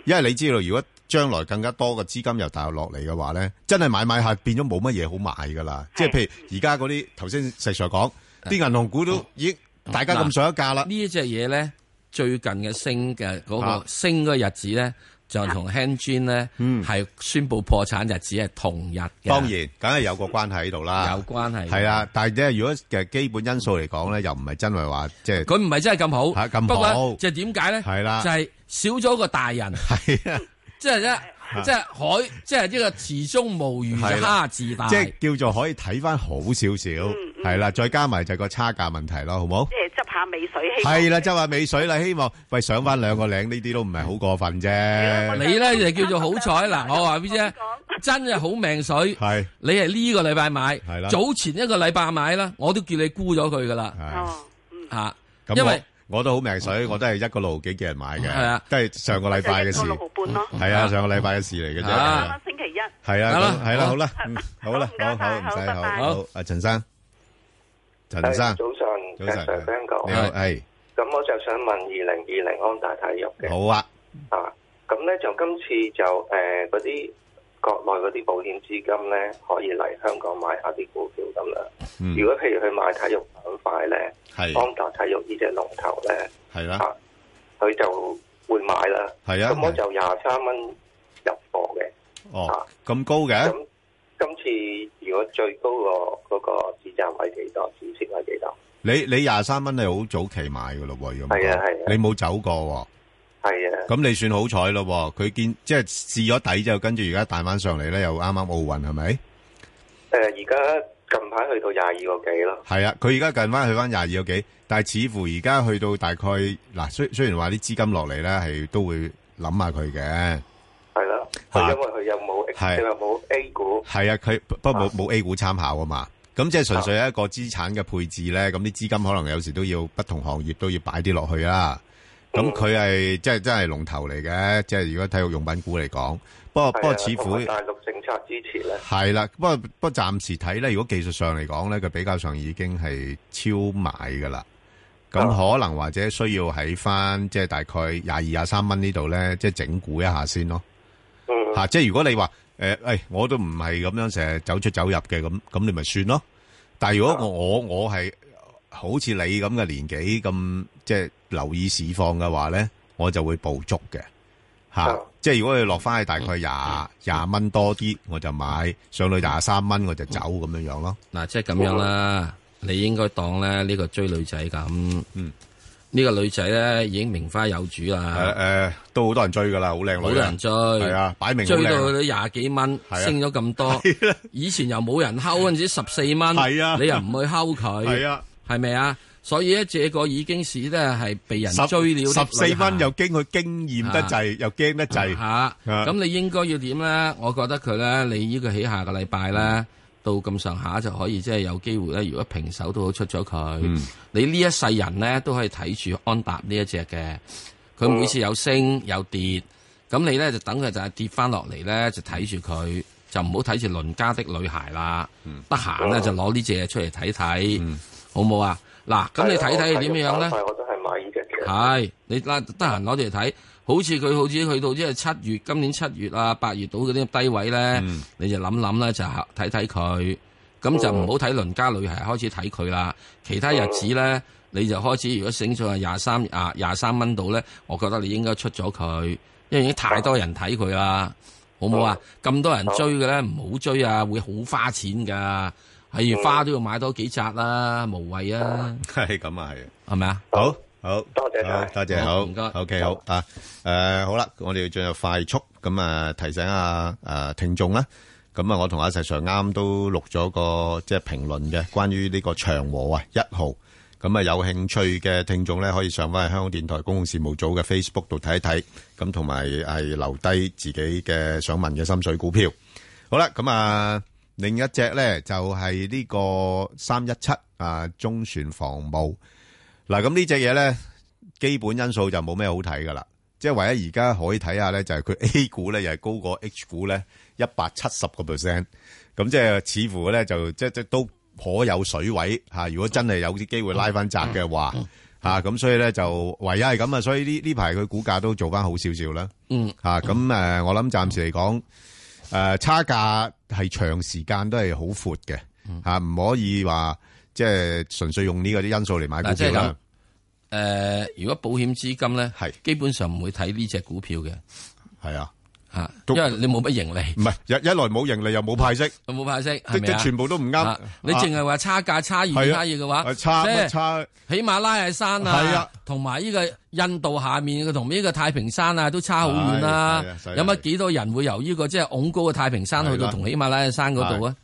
S4: 因為你知道，如果將來更加多嘅資金由大陸落嚟嘅話咧，真係買買下變咗冇乜嘢好買噶啦。即係譬如而家嗰啲頭先石 Sir 講，啲銀行股都已經
S5: 嗯
S4: 大家咁上一價啦。
S5: 呢一隻嘢咧，最近嘅升嘅嗰
S4: 啊嗯
S5: 個升嘅日子咧，就同 Hand Gin 咧係宣布破產日子係同日嘅。
S4: 當然，梗係有個關係喺度啦，
S5: 有關係嘅
S4: 係啊，但係咧，如果嘅基本因素嚟講咧，又唔係真係話即係
S5: 佢唔係真係咁好，
S4: 係咁
S5: 不過
S4: 好
S5: 就係點解咧？
S4: 係啦
S5: 就係少咗個大人，
S4: *laughs* 系啊，
S5: 即 *laughs*
S4: *laughs*
S5: 係咧，即係海，即係呢個池中無魚就蝦自大，
S4: 即係叫做可以睇翻好少少，係啦，再加埋就個差價問題咯，好冇？
S11: 即係執下尾水希望
S4: 係啦，即係話尾水啦，希望喂上翻兩個領呢啲都唔係好過分啫。
S5: 你咧就叫做好彩嗱，我話俾你知，啊真係好命水。
S4: 係
S5: 你係呢個禮拜買
S4: 啦，
S5: 早前一個禮拜買啦，我都叫你沽咗佢噶啦。
S11: 哦
S5: 吓，
S4: 咁
S5: 因為
S4: 我我都好命水，我都係一個六毫幾嘅人買
S5: 係
S4: 嘅
S5: 啊，
S4: 都係上個禮拜嘅事
S11: 就一個六毫半咯，
S4: 係啊，上個禮拜嘅事嚟嘅啫。係啊
S11: 啱啱星期一。
S4: 系啊，
S5: 好啦
S4: 咁係啦，
S5: 好
S4: 好 *laughs* 啦，嗯好啦，好好唔使好，好阿陳生，陳生，
S13: 早晨，
S4: 早晨
S13: ，Sir Ben
S4: 你好，係
S13: 咁我就想問二零二零安大體育嘅，
S4: 好啊，
S13: 啊，咁咧就今次就誒嗰啲國內嗰啲保險資金咧，可以嚟香港買下啲股票咁啦。如果譬如去買體育板塊咧，
S4: 嗯係
S13: 安達體育呢只龍頭咧，
S4: 係
S13: 啊
S4: 啦，
S13: 佢就會買啦。
S4: 係啊
S13: 咁我就廿三蚊入貨嘅。啊
S4: 哦，咁高嘅，
S13: 今次如果最高個嗰個市站位幾多，止蝕位幾多？
S4: 你你廿三蚊你好早期買噶咯喎，如果唔
S13: 係啊
S4: 講
S13: 係啊
S4: 你冇走過
S13: 係
S4: 喎。
S13: 啊，
S4: 咁你算好彩咯喎，佢見即係試咗底之後，跟住而家彈翻上嚟咧，又啱啱奧運係咪？
S13: 誒呃而家近排去到廿二個幾咯。
S4: 係啊，佢而家近翻去翻廿二個幾，但係似乎而家去到大概嗱，雖雖然話啲資金落嚟咧，係都會諗下佢嘅。
S13: 系啦，
S4: 嚇
S13: 佢因為佢有冇
S4: 係
S13: 佢有冇 A 股，
S4: 系啊，佢不不過冇冇 A 股參考啊嘛，咁即係純粹一個資產嘅配置咧，咁啲資金可能有時都要不同行業都要擺啲落去啦。咁佢係即係真係龍頭嚟嘅，即係如果體育用品股嚟講，不過
S9: 啊
S4: 不過似乎
S13: 啊大陸政策支持咧，
S4: 係啦，不過不過暫時睇咧，如果技術上嚟講咧，佢比較上已經係超買噶啦。咁可能或者需要喺翻即係大概廿二廿三蚊呢度咧，即係整固一下先咯。吓、即係如果你話诶诶，我都唔係咁樣成日走出走入嘅，咁咁你咪算咯。但係如果我我我系好似你咁嘅年紀咁，即係留意市況嘅話咧，我就會捕捉嘅。吓、即係如果佢落翻去大概廿廿蚊多啲，我就買；上到廿三蚊我就走咁樣樣咯。
S5: 嗱，即係咁樣啦，你應該當咧呢個追女仔咁。
S4: 嗯
S5: 呢個女仔咧已經名花有主啦。
S4: 誒誒，都好多人追噶啦，好靚女啊
S5: 好多人追，
S4: 係啊擺明好靚
S5: 追到佢廿幾
S4: 係
S5: 蚊，
S4: 啊
S5: 升咗
S4: *laughs*
S5: 咁多。以前又冇人睺嗰陣時十四蚊，
S4: 係啊
S5: 你又唔去睺佢，
S4: 係啊，
S5: 係咪啊？所以咧，這個已經是咧係被人追了
S4: 十四蚊又
S5: 又
S4: 驚佢經驗得
S5: 啊
S4: 滯，又驚得滯。
S5: 吓，啊咁你應該要點咧？我覺得佢咧，你呢個起下個禮拜咧，到咁上下就可以即係有機會咧。如果平手都好出咗佢，你呢一世人咧都可以睇住安踏呢一隻嘅，佢每次有升有跌，咁你咧就等佢就係跌翻落嚟咧，就睇住佢，就唔好睇住鄰家的女孩啦。得閒咧就攞呢只嘢出嚟睇睇，好冇啊？嗱，咁你睇睇係點樣咧？
S13: 我都係買呢只嘅，
S5: 係你啦，得閒攞嚟睇，好似佢好似去到即係七月，今年七月啊、八月到嗰啲低位咧，你就諗諗啦，就睇睇佢，咁就唔好睇鄰家女孩開始睇佢啦。其他日子咧，你就開始如果醒上去廿三啊廿三蚊度咧，我覺得你應該出咗佢，因為已經太多人睇佢啦，好唔好啊？咁多人追嘅咧，唔好追啊，會好花錢㗎。係花都要買多幾扎啦，無謂啊，
S4: *laughs* 係咁啊，係啊。
S5: 係咪啊？
S4: 好，好，
S13: 多謝
S4: 好，多謝，好，
S5: 唔該
S4: OK，好啊，誒，好啦，我哋要進入快速，咁啊，提醒下誒聽眾啦。咁啊，我同阿石 Sir 啱都錄咗個即係評論嘅，關於呢個長和啊一號。咁啊，有興趣嘅聽眾咧，可以上翻去香港電台公共事務組嘅 Facebook 度睇一睇，咁同埋係留低自己嘅想問嘅心水股票。好啦，咁啊，另一隻咧就係呢個三一七啊，中船防務。嗱，咁呢只嘢咧，基本因素就冇咩好睇噶啦，即係唯一而家可以睇下咧，就係佢 A 股咧又係高過 H 股咧一百七十個 percent，咁即係似乎咧就即即都頗有水位嚇、如果真係有啲機會
S5: 嗯
S4: 拉翻窄嘅話嚇，咁、所以咧就唯一係咁啊，所以呢呢排佢股價都做翻好少少啦。
S5: 嗯
S4: 吓咁诶，誒我諗暫時嚟講，诶、差價係長時間都係好闊嘅
S5: 嗯
S4: 吓，唔、可以話即係純粹用呢個啲因素嚟買股
S5: 嗱，即係
S4: 票
S5: 咁
S4: 啦。。
S5: 誒、呃如果保險資金咧，
S4: 係
S5: 基本上唔會睇呢只股票嘅，
S4: 係啊，
S5: 啊，因為你冇乜盈利。
S4: 唔係一一來冇盈利又冇派息，
S5: 冇派息，係
S4: 嗯即
S5: 咪啊
S4: 即全部都唔
S5: 啊
S4: 啱。
S5: 你淨係話差價差異
S4: 係啊
S5: 差異嘅話，
S4: 啊差
S5: 即係
S4: 乜差
S5: 喜馬拉雅山
S4: 係
S5: 啊
S4: 啊，
S5: 同埋呢個印度下面嘅同呢個太平山啊，都差好遠啦
S4: 係啊係啊。
S5: 有乜幾多人會由呢個即係拱高嘅太平山去
S4: 係啊
S5: 到
S4: 啦
S5: 同喜馬拉雅山嗰度啊？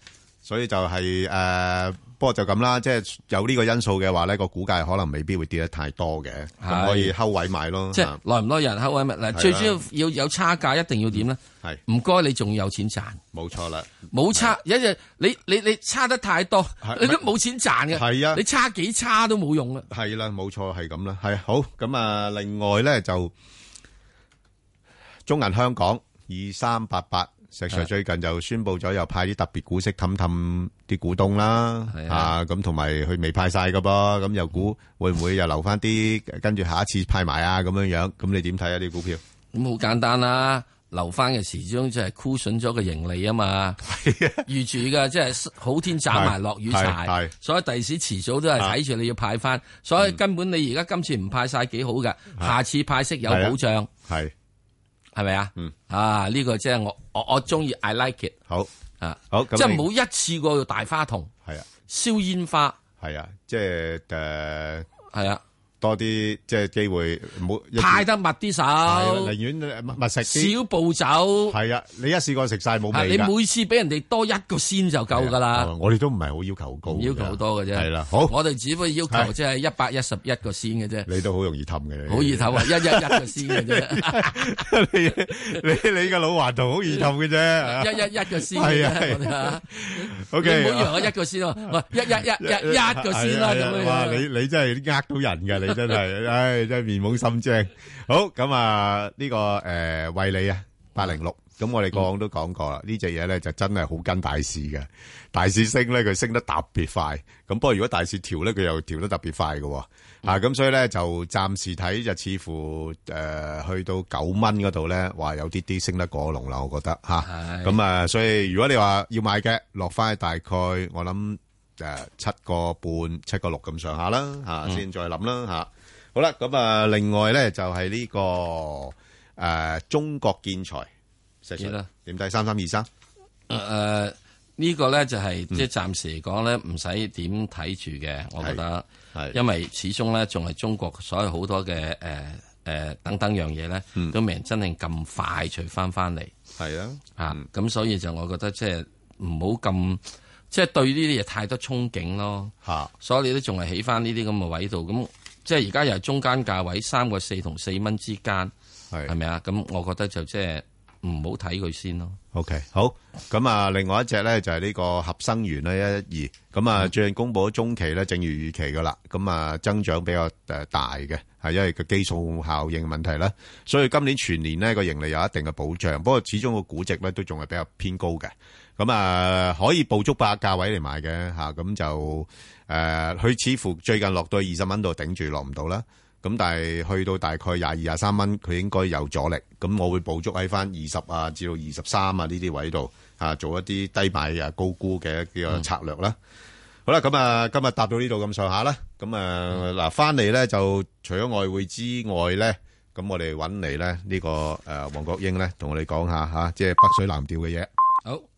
S4: 所以就係、誒、不過就咁啦，即係有呢個因素嘅話咧，個股價可能未必會跌得太多嘅，
S5: 係
S4: 咁可以睺位買咯。
S5: 即係
S4: 啊
S5: 耐唔耐人口位物嗱，最主要要有差價，一定要點咧？
S4: 嗯係
S5: 唔該，你仲有錢賺。
S4: 冇錯啦，
S5: 冇差，
S4: 啊
S5: 一日你你你差得太多，你都冇錢賺嘅。
S4: 係啊
S5: 你差幾差都冇用啦。
S4: 係啦，冇錯，係咁啦，係好咁啊！另外咧就中銀香港二三八八，石 Sir
S5: 係
S4: 最近就宣布咗又派啲特別股息氹氹啲股東啦，
S5: 係啊
S4: 啊咁同埋佢未派晒噶噃，咁又估會唔會又留翻啲，跟住下一次派埋啊咁樣樣，咁你點睇啊啲股票？ *laughs*
S5: 咁好簡單啦，留翻嘅時鐘就係箍筍咗個盈利啊嘛，預住嘅即係好天斬埋落雨
S4: 係
S5: 柴
S4: 係，嗯
S5: 所以第時遲早都係睇住你要派翻，所以根本你而家今次唔派晒幾好嘅，下次派息有保障，
S4: 係
S5: 係咪啊？
S4: 嗯
S5: 啊呢個即係我我我中意，I like it，
S4: 好
S5: 啊
S4: 好，咁
S5: 即係
S4: 你
S5: 冇一次過要大花筒，
S4: 係啊，
S5: 燒煙花，
S4: 係啊，即係誒
S5: 係啊，
S4: 多啲即係機會唔好一
S5: 派得密啲
S4: 係啊
S5: 手
S4: 啦，寧願密密食啲
S5: 少步走。
S4: 係啊，你一次過食晒冇
S5: 啊！
S4: 味
S5: 你
S4: 㗎
S5: 每次俾人哋多一個先就夠㗎啦。
S4: 我哋都唔係啊好要求高㗎，
S5: 要求好多嘅啫。
S4: 係啦，好，
S5: 我哋只不過要求
S4: 係
S5: 即係一百一十一個先嘅啫，
S4: 你都好容易氹嘅，
S5: 好易唞啊，一一一個先嘅啫，
S4: *laughs* 你 *laughs* 你你個老顽童好易氹嘅啫，
S5: *laughs* 一一一個先
S4: 係
S5: 嘅
S4: 啊係啊
S5: 啫我哋啊。
S4: OK，
S5: 你唔好以為我一個先啊，我
S4: *laughs*
S5: 一一一一一個先啦
S4: 係啊
S5: 咁
S4: 哇！
S5: 樣。
S4: 你你真係呃到人㗎，你真係，唉，真係面懵心精。好咁啊，呢個誒惠理啊，八零六。咁
S5: 嗯
S4: 我哋過往都講過啦，呢只嘢咧就真係好跟大市嘅，大市升咧佢升得特別快，咁不過如果大市調咧佢又調得特別快嘅喎，
S5: 嗯
S4: 啊咁所以咧就暫時睇就似乎誒、呃去到九蚊嗰度咧，話有啲啲升得過龍啦，我覺得嚇。咁啊，所以如果你話要買嘅，落翻去大概我諗誒七個半、七個六咁上下啦，嚇、
S15: 嗯
S4: 先再諗啦嚇。好啦，咁啊，另外咧就係、呢、個誒、中國建材，石 Sir，
S5: 幾多
S4: 點睇三三二三？
S5: 誒呢個咧就係
S4: 嗯
S5: 即係暫時嚟講咧，唔使點睇住嘅，我覺得，因為始終咧仲係中國所有好多嘅誒誒等等樣嘢咧，都未人真係咁快除翻翻嚟。
S4: 係啊，
S5: 啊，咁所以就我覺得即係唔好咁，即係對呢啲嘢太多憧憬咯。
S4: 嚇，
S5: 所以你都仲係起翻呢啲咁嘅位度，咁即係而家又係中間價位三個四同四蚊之間，
S4: 係
S5: 係咪啊？咁我覺得就即係唔好睇佢先咯。
S4: OK，好。咁啊，另外一隻咧就係呢個合生元咧一一二。咁啊，最近公布咗中期咧，正如預期噶啦。咁啊，增長比較誒大嘅，係因為個基數效應問題啦。所以今年全年呢個盈利有一定嘅保障，不過始終個估值咧都仲係比較偏高嘅。咁啊，可以捕捉八價位嚟買嘅嚇，咁就誒，佢似乎最近落到二十蚊度頂住落唔到啦。咁但係去到大概廿二、廿三蚊，佢應該有阻力。咁我會捕捉喺翻二十啊，至到二十三啊呢啲位度啊，做一啲低買啊高估嘅一個策略啦。好啦，咁啊，今日答到呢度咁上下啦。咁啊，嗱，翻嚟咧就除咗外匯之外咧，咁呃啊我哋揾嚟咧呢個誒黃國英咧，同我哋講下嚇，即係北水南調嘅嘢。
S5: 好。